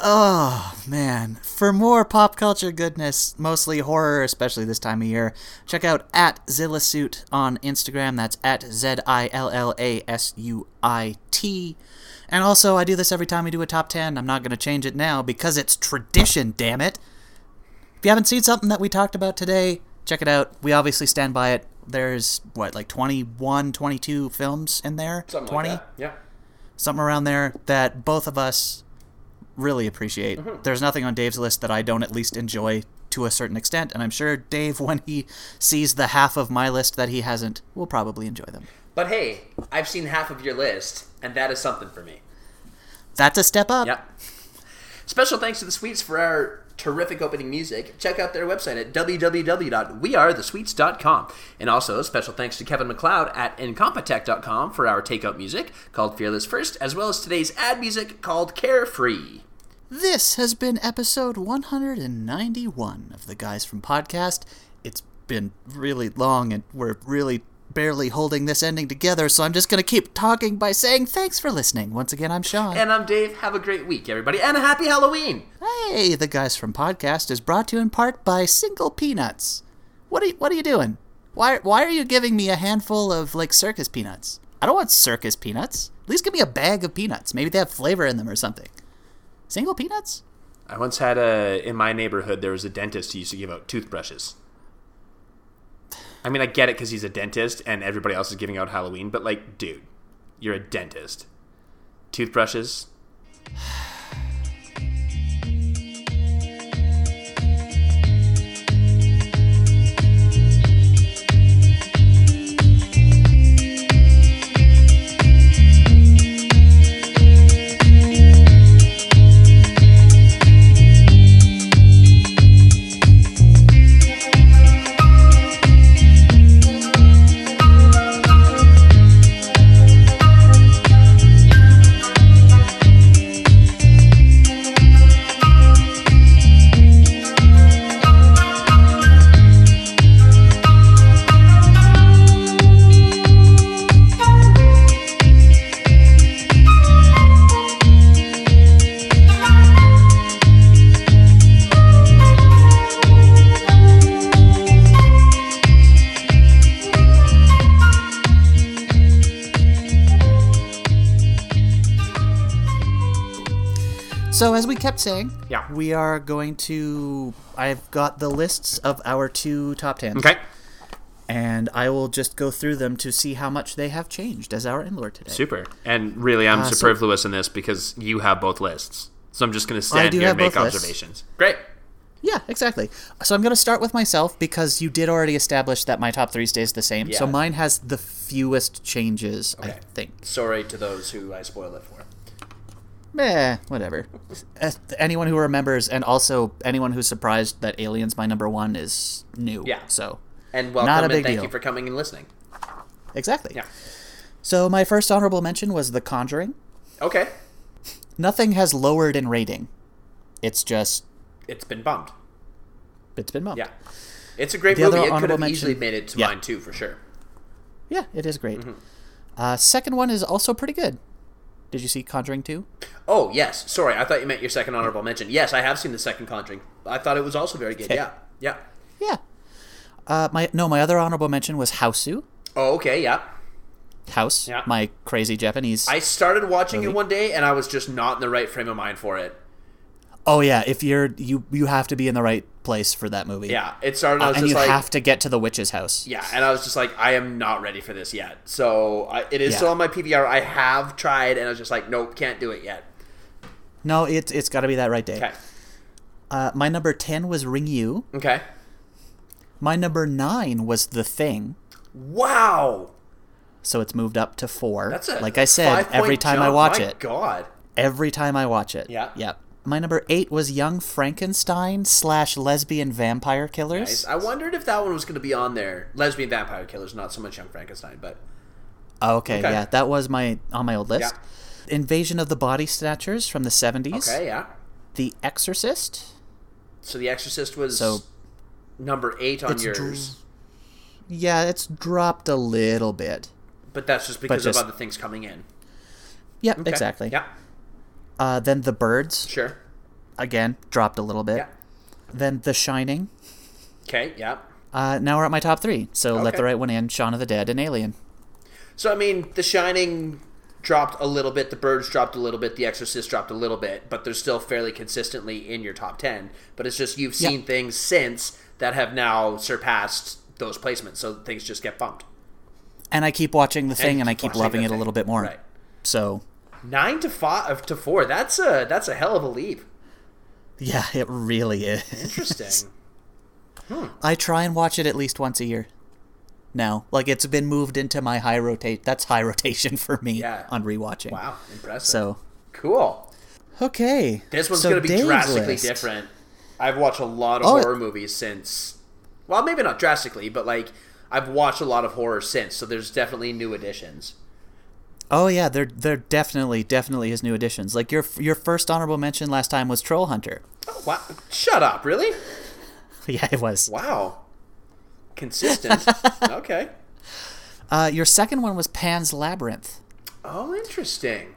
Oh, man. For more pop culture goodness, mostly horror, especially this time of year, check out at Zillasuit on Instagram. That's at Z I L L A S U I T. And also, I do this every time we do a top 10. I'm not going to change it now because it's tradition, damn it. If you haven't seen something that we talked about today, check it out. We obviously stand by it. There's, what, like 21, 22 films in there?
Something
20?
like that. Yeah.
something around there that both of us really appreciate.
Mm-hmm.
There's nothing on Dave's list that I don't at least enjoy to a certain extent, and I'm sure Dave, when he sees the half of my list that he hasn't, will probably enjoy them.
But hey, I've seen half of your list, and that is something for me.
That's a step up.
Yep. Special thanks to the Sweets for our terrific opening music. Check out their website at www.wearethesweets.com. And also, special thanks to Kevin McLeod at incompetech.com for our takeout music called Fearless First, as well as today's ad music called Carefree.
This has been episode 191 of the Guys from Podcast. It's been really long, and we're really barely holding this ending together, so I'm just going to keep talking by saying thanks for listening. Once again, I'm Sean.
And I'm Dave. Have a great week, everybody, and a happy Halloween!
Hey, the guys from podcast is brought to you in part by Single Peanuts. What are you, what are you doing? Why why are you giving me a handful of like circus peanuts? I don't want circus peanuts. At least give me a bag of peanuts. Maybe they have flavor in them or something. Single peanuts?
I once had a in my neighborhood there was a dentist who used to give out toothbrushes. I mean, I get it because he's a dentist and everybody else is giving out Halloween, but like, dude, you're a dentist. Toothbrushes.
So as we kept saying,
Yeah.
we are going to. I've got the lists of our two top tens,
Okay.
and I will just go through them to see how much they have changed as our inlord today.
Super. And really, I'm
Ah, so-
superfluous in this because you have both lists. So I'm just going to stand
do
here and
have
make
both lists.
observations. Great.
Yeah, exactly. So I'm going to start with myself because you did already establish that my top three stays the same. So
Yeah.
mine has the fewest changes, I
Okay.
think.
Sorry to those who I spoil it for.
Meh, whatever. Uh, anyone who remembers, and also anyone who's surprised that Aliens, my number one, is new.
Yeah.
So,
And welcome
Not a
and
big
thank
deal.
you for coming and listening.
exactly.
Yeah.
So, my first honorable mention was The Conjuring.
Okay.
Nothing has lowered in rating. It's just,
It's been bumped.
it's been bumped.
Yeah. It's a great
The other
movie. It could
honorable
have
mention-
easily made it to
Yeah.
mine too, for sure.
Yeah, it is great.
Mm-hmm.
Uh, second one is also pretty good. Did you see Conjuring 2?
Oh yes, sorry, I thought you meant your second honorable mention. Yes, I have seen the second Conjuring. I thought it was also very good. Yeah, yeah.
Yeah. Uh, my no, my other honorable mention was Houseu.
Oh, okay, yeah.
House,
Yeah.
my crazy Japanese.
I started watching it one day, and I was just not in the right frame of mind for it.
oh yeah, if you're you you have to be in the right place for that movie.
Yeah, it started. I
Uh,
was
and
just
you
like,
have to get to the witch's house.
yeah, and I was just like, I am not ready for this yet. So I, it is
Yeah.
still on my PVR. I have tried, and I was just like, nope, can't do it yet.
No, it's it's got to be that right day.
Okay,
Uh, my number ten was Ring You.
okay.
My number nine was The Thing.
Wow,
So it's moved up to four.
that's a
like I said,
five-point
every time I
jump.
watch
My
it,
God,
every time I watch it.
Yeah.
Yep. My number eight was Young Frankenstein slash lesbian vampire killers.
I wondered if that one was going to be on there. Lesbian Vampire Killers, not so much Young Frankenstein, but
Oh, okay,
Okay.
yeah, that was my on my old list. Invasion of the Body Snatchers from the 70s.
okay, yeah.
The Exorcist.
So The Exorcist was
So-
number eight on
It's
yours,
Yeah, it's dropped a little bit.
but that's just because
just-
of other things coming in.
Yep,
Okay,
exactly.
Yeah.
Uh, then The Birds,
Sure.
again, dropped a little bit.
Yeah.
Then The Shining.
Okay. Yeah.
Uh, now we're at my top three. So Let
Okay.
the Right One In, Shaun of the Dead, and Alien.
So I mean, The Shining dropped a little bit. The Birds dropped a little bit. The Exorcist dropped a little bit, but they're still fairly consistently in your top ten. But it's just you've seen things since that have now surpassed those placements, so things just get bumped.
And I keep watching The Thing, and, I keep
watching
loving
The
it a
Thing.
little bit more.
Right.
So,
Nine to five to four. That's a that's a hell of a leap.
yeah, it really is.
Interesting.
I try and watch it at least once a year. Now, like it's been moved into my high rotate. That's high rotation for me
Yeah.
on rewatching.
wow. Impressive.
So,
cool.
okay.
This one's
So
going to be
Dave's
drastically
list.
different. I've watched a lot of
Oh, it-
horror movies since. Well, maybe not drastically, but like I've watched a lot of horror since, so there's definitely new additions.
Oh yeah, they're they're definitely definitely his new additions. Like your your first honorable mention last time was Troll Hunter.
Oh, wow. Shut up, really?
yeah, it was.
Wow. Consistent. okay.
Uh, your second one was Pan's Labyrinth,
Oh, interesting.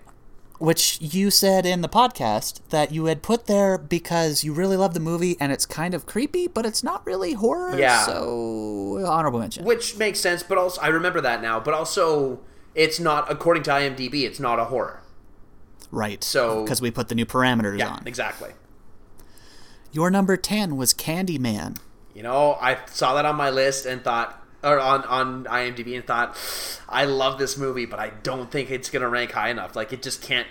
which you said in the podcast that you had put there because you really love the movie and it's kind of creepy, but it's not really horror.
Yeah.
So honorable mention.
Which makes sense, but also I remember that now, but also it's not according to IMDb, it's not a horror.
right.
So-
because we put the new parameters
Yeah,
on.
exactly.
Your number 10 was Candyman.
You know, I saw that on my list and thought, or on, on IMDb and thought, I love this movie, but I don't think it's gonna rank high enough. Like it just can't,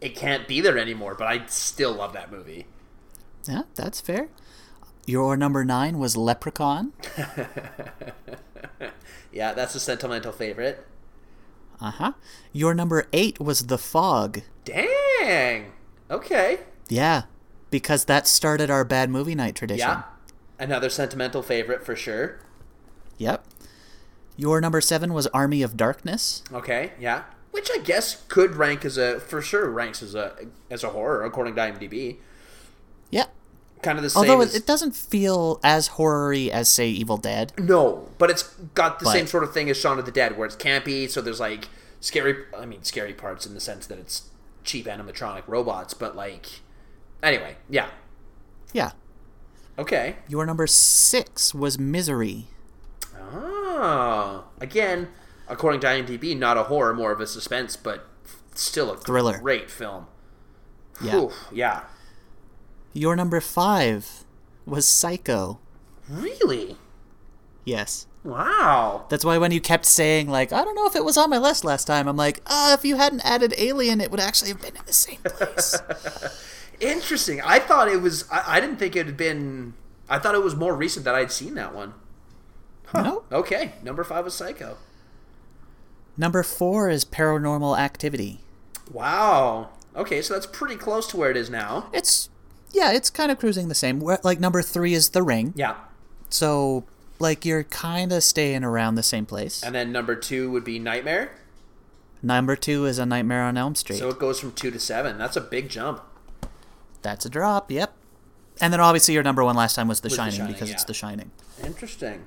it can't be there anymore. But I still love that movie.
Yeah, that's fair. Your number 9 was Leprechaun.
Yeah, that's a sentimental favorite.
Uh huh. Your number 8 was The Fog.
Dang. Okay.
Yeah, because that started our bad movie night tradition.
Yeah. Another sentimental favorite for sure.
Yep. Your number seven was Army of Darkness.
Okay. Yeah. Which I guess could rank as a for sure ranks as a as a horror according to IMDb.
Yeah.
Kind of the same.
Although
as-
it, it doesn't feel as horror-y as, say, Evil Dead.
No, but it's got the
But-
same sort of thing as Shaun of the Dead, where it's campy. So there's like scary. I mean, scary parts in the sense that it's cheap animatronic robots, but like, anyway, yeah,
Yeah.
okay.
Your number six was Misery.
Oh, again, according to IMDb, not a horror, more of a suspense, but still a
Thriller.
Great film.
Yeah.
Whew, yeah.
Your number five was Psycho.
Really?
Yes.
Wow.
That's why when you kept saying like, I don't know if it was on my list last time, I'm like, ah, if you hadn't added Alien, it would actually have been in the same place.
Interesting. I thought it was. I, I didn't think it had been. I thought it was more recent that I'd seen that one.
no.
Okay, number five was Psycho.
Number four is Paranormal Activity.
Wow. Okay, so that's pretty close to where it is now.
It's yeah, it's kind of cruising the same. Where, like number three is The Ring.
Yeah.
So like you're kind of staying around the same place.
And then number two would be Nightmare.
Number two is A Nightmare on Elm Street.
So it goes from two to seven. That's a big jump.
That's a drop. Yep. And then obviously your number one last time was The,
The
Shining,
Shining,
because it's
yeah.
The Shining.
Interesting.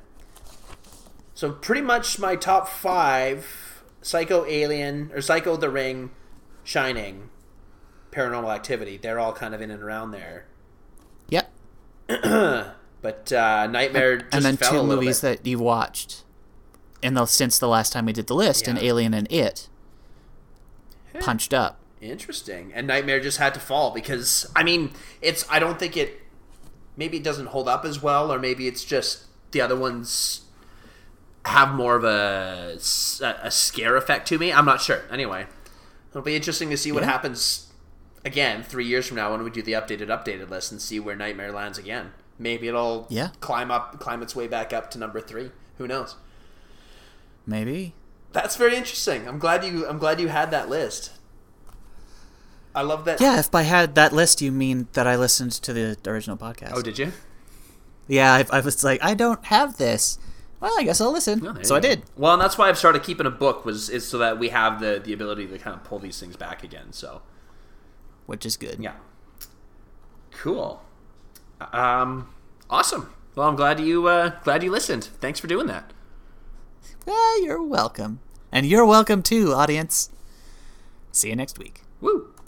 So pretty much my top five: Psycho, Alien, or Psycho, The Ring, Shining, Paranormal Activity. They're all kind of in and around there.
Yep.
But uh, Nightmare just
and then
fell
two
a little
movies
bit.
that you watched in the since the last time we did the list and
Yeah.
alien and it punched up
Interesting. And Nightmare just had to fall because I mean, it's I don't think it maybe it doesn't hold up as well or maybe it's just the other ones have more of a s- a- a scare effect to me. I'm not sure. Anyway, it'll be interesting to see what happens again 3 years from now when we do the updated updated list and see where Nightmare lands again. Maybe it'll
Yeah.
climb up climb its way back up to number 3. Who knows?
maybe
That's very interesting. I'm glad you I'm glad you had that list. I love that
yeah if by had that list you mean that i listened to the original podcast
Oh, did you?
yeah I, I was like i don't have this well i guess i'll listen
Oh, there
so
you
i
go.
did
Well, and that's why I've started keeping a book was is so that we have the the ability to kind of pull these things back again. So
which is good
yeah, cool, um, awesome. Well, I'm glad you uh, glad you listened. Thanks for doing that.
Ah, you're welcome and you're welcome too audience see you next week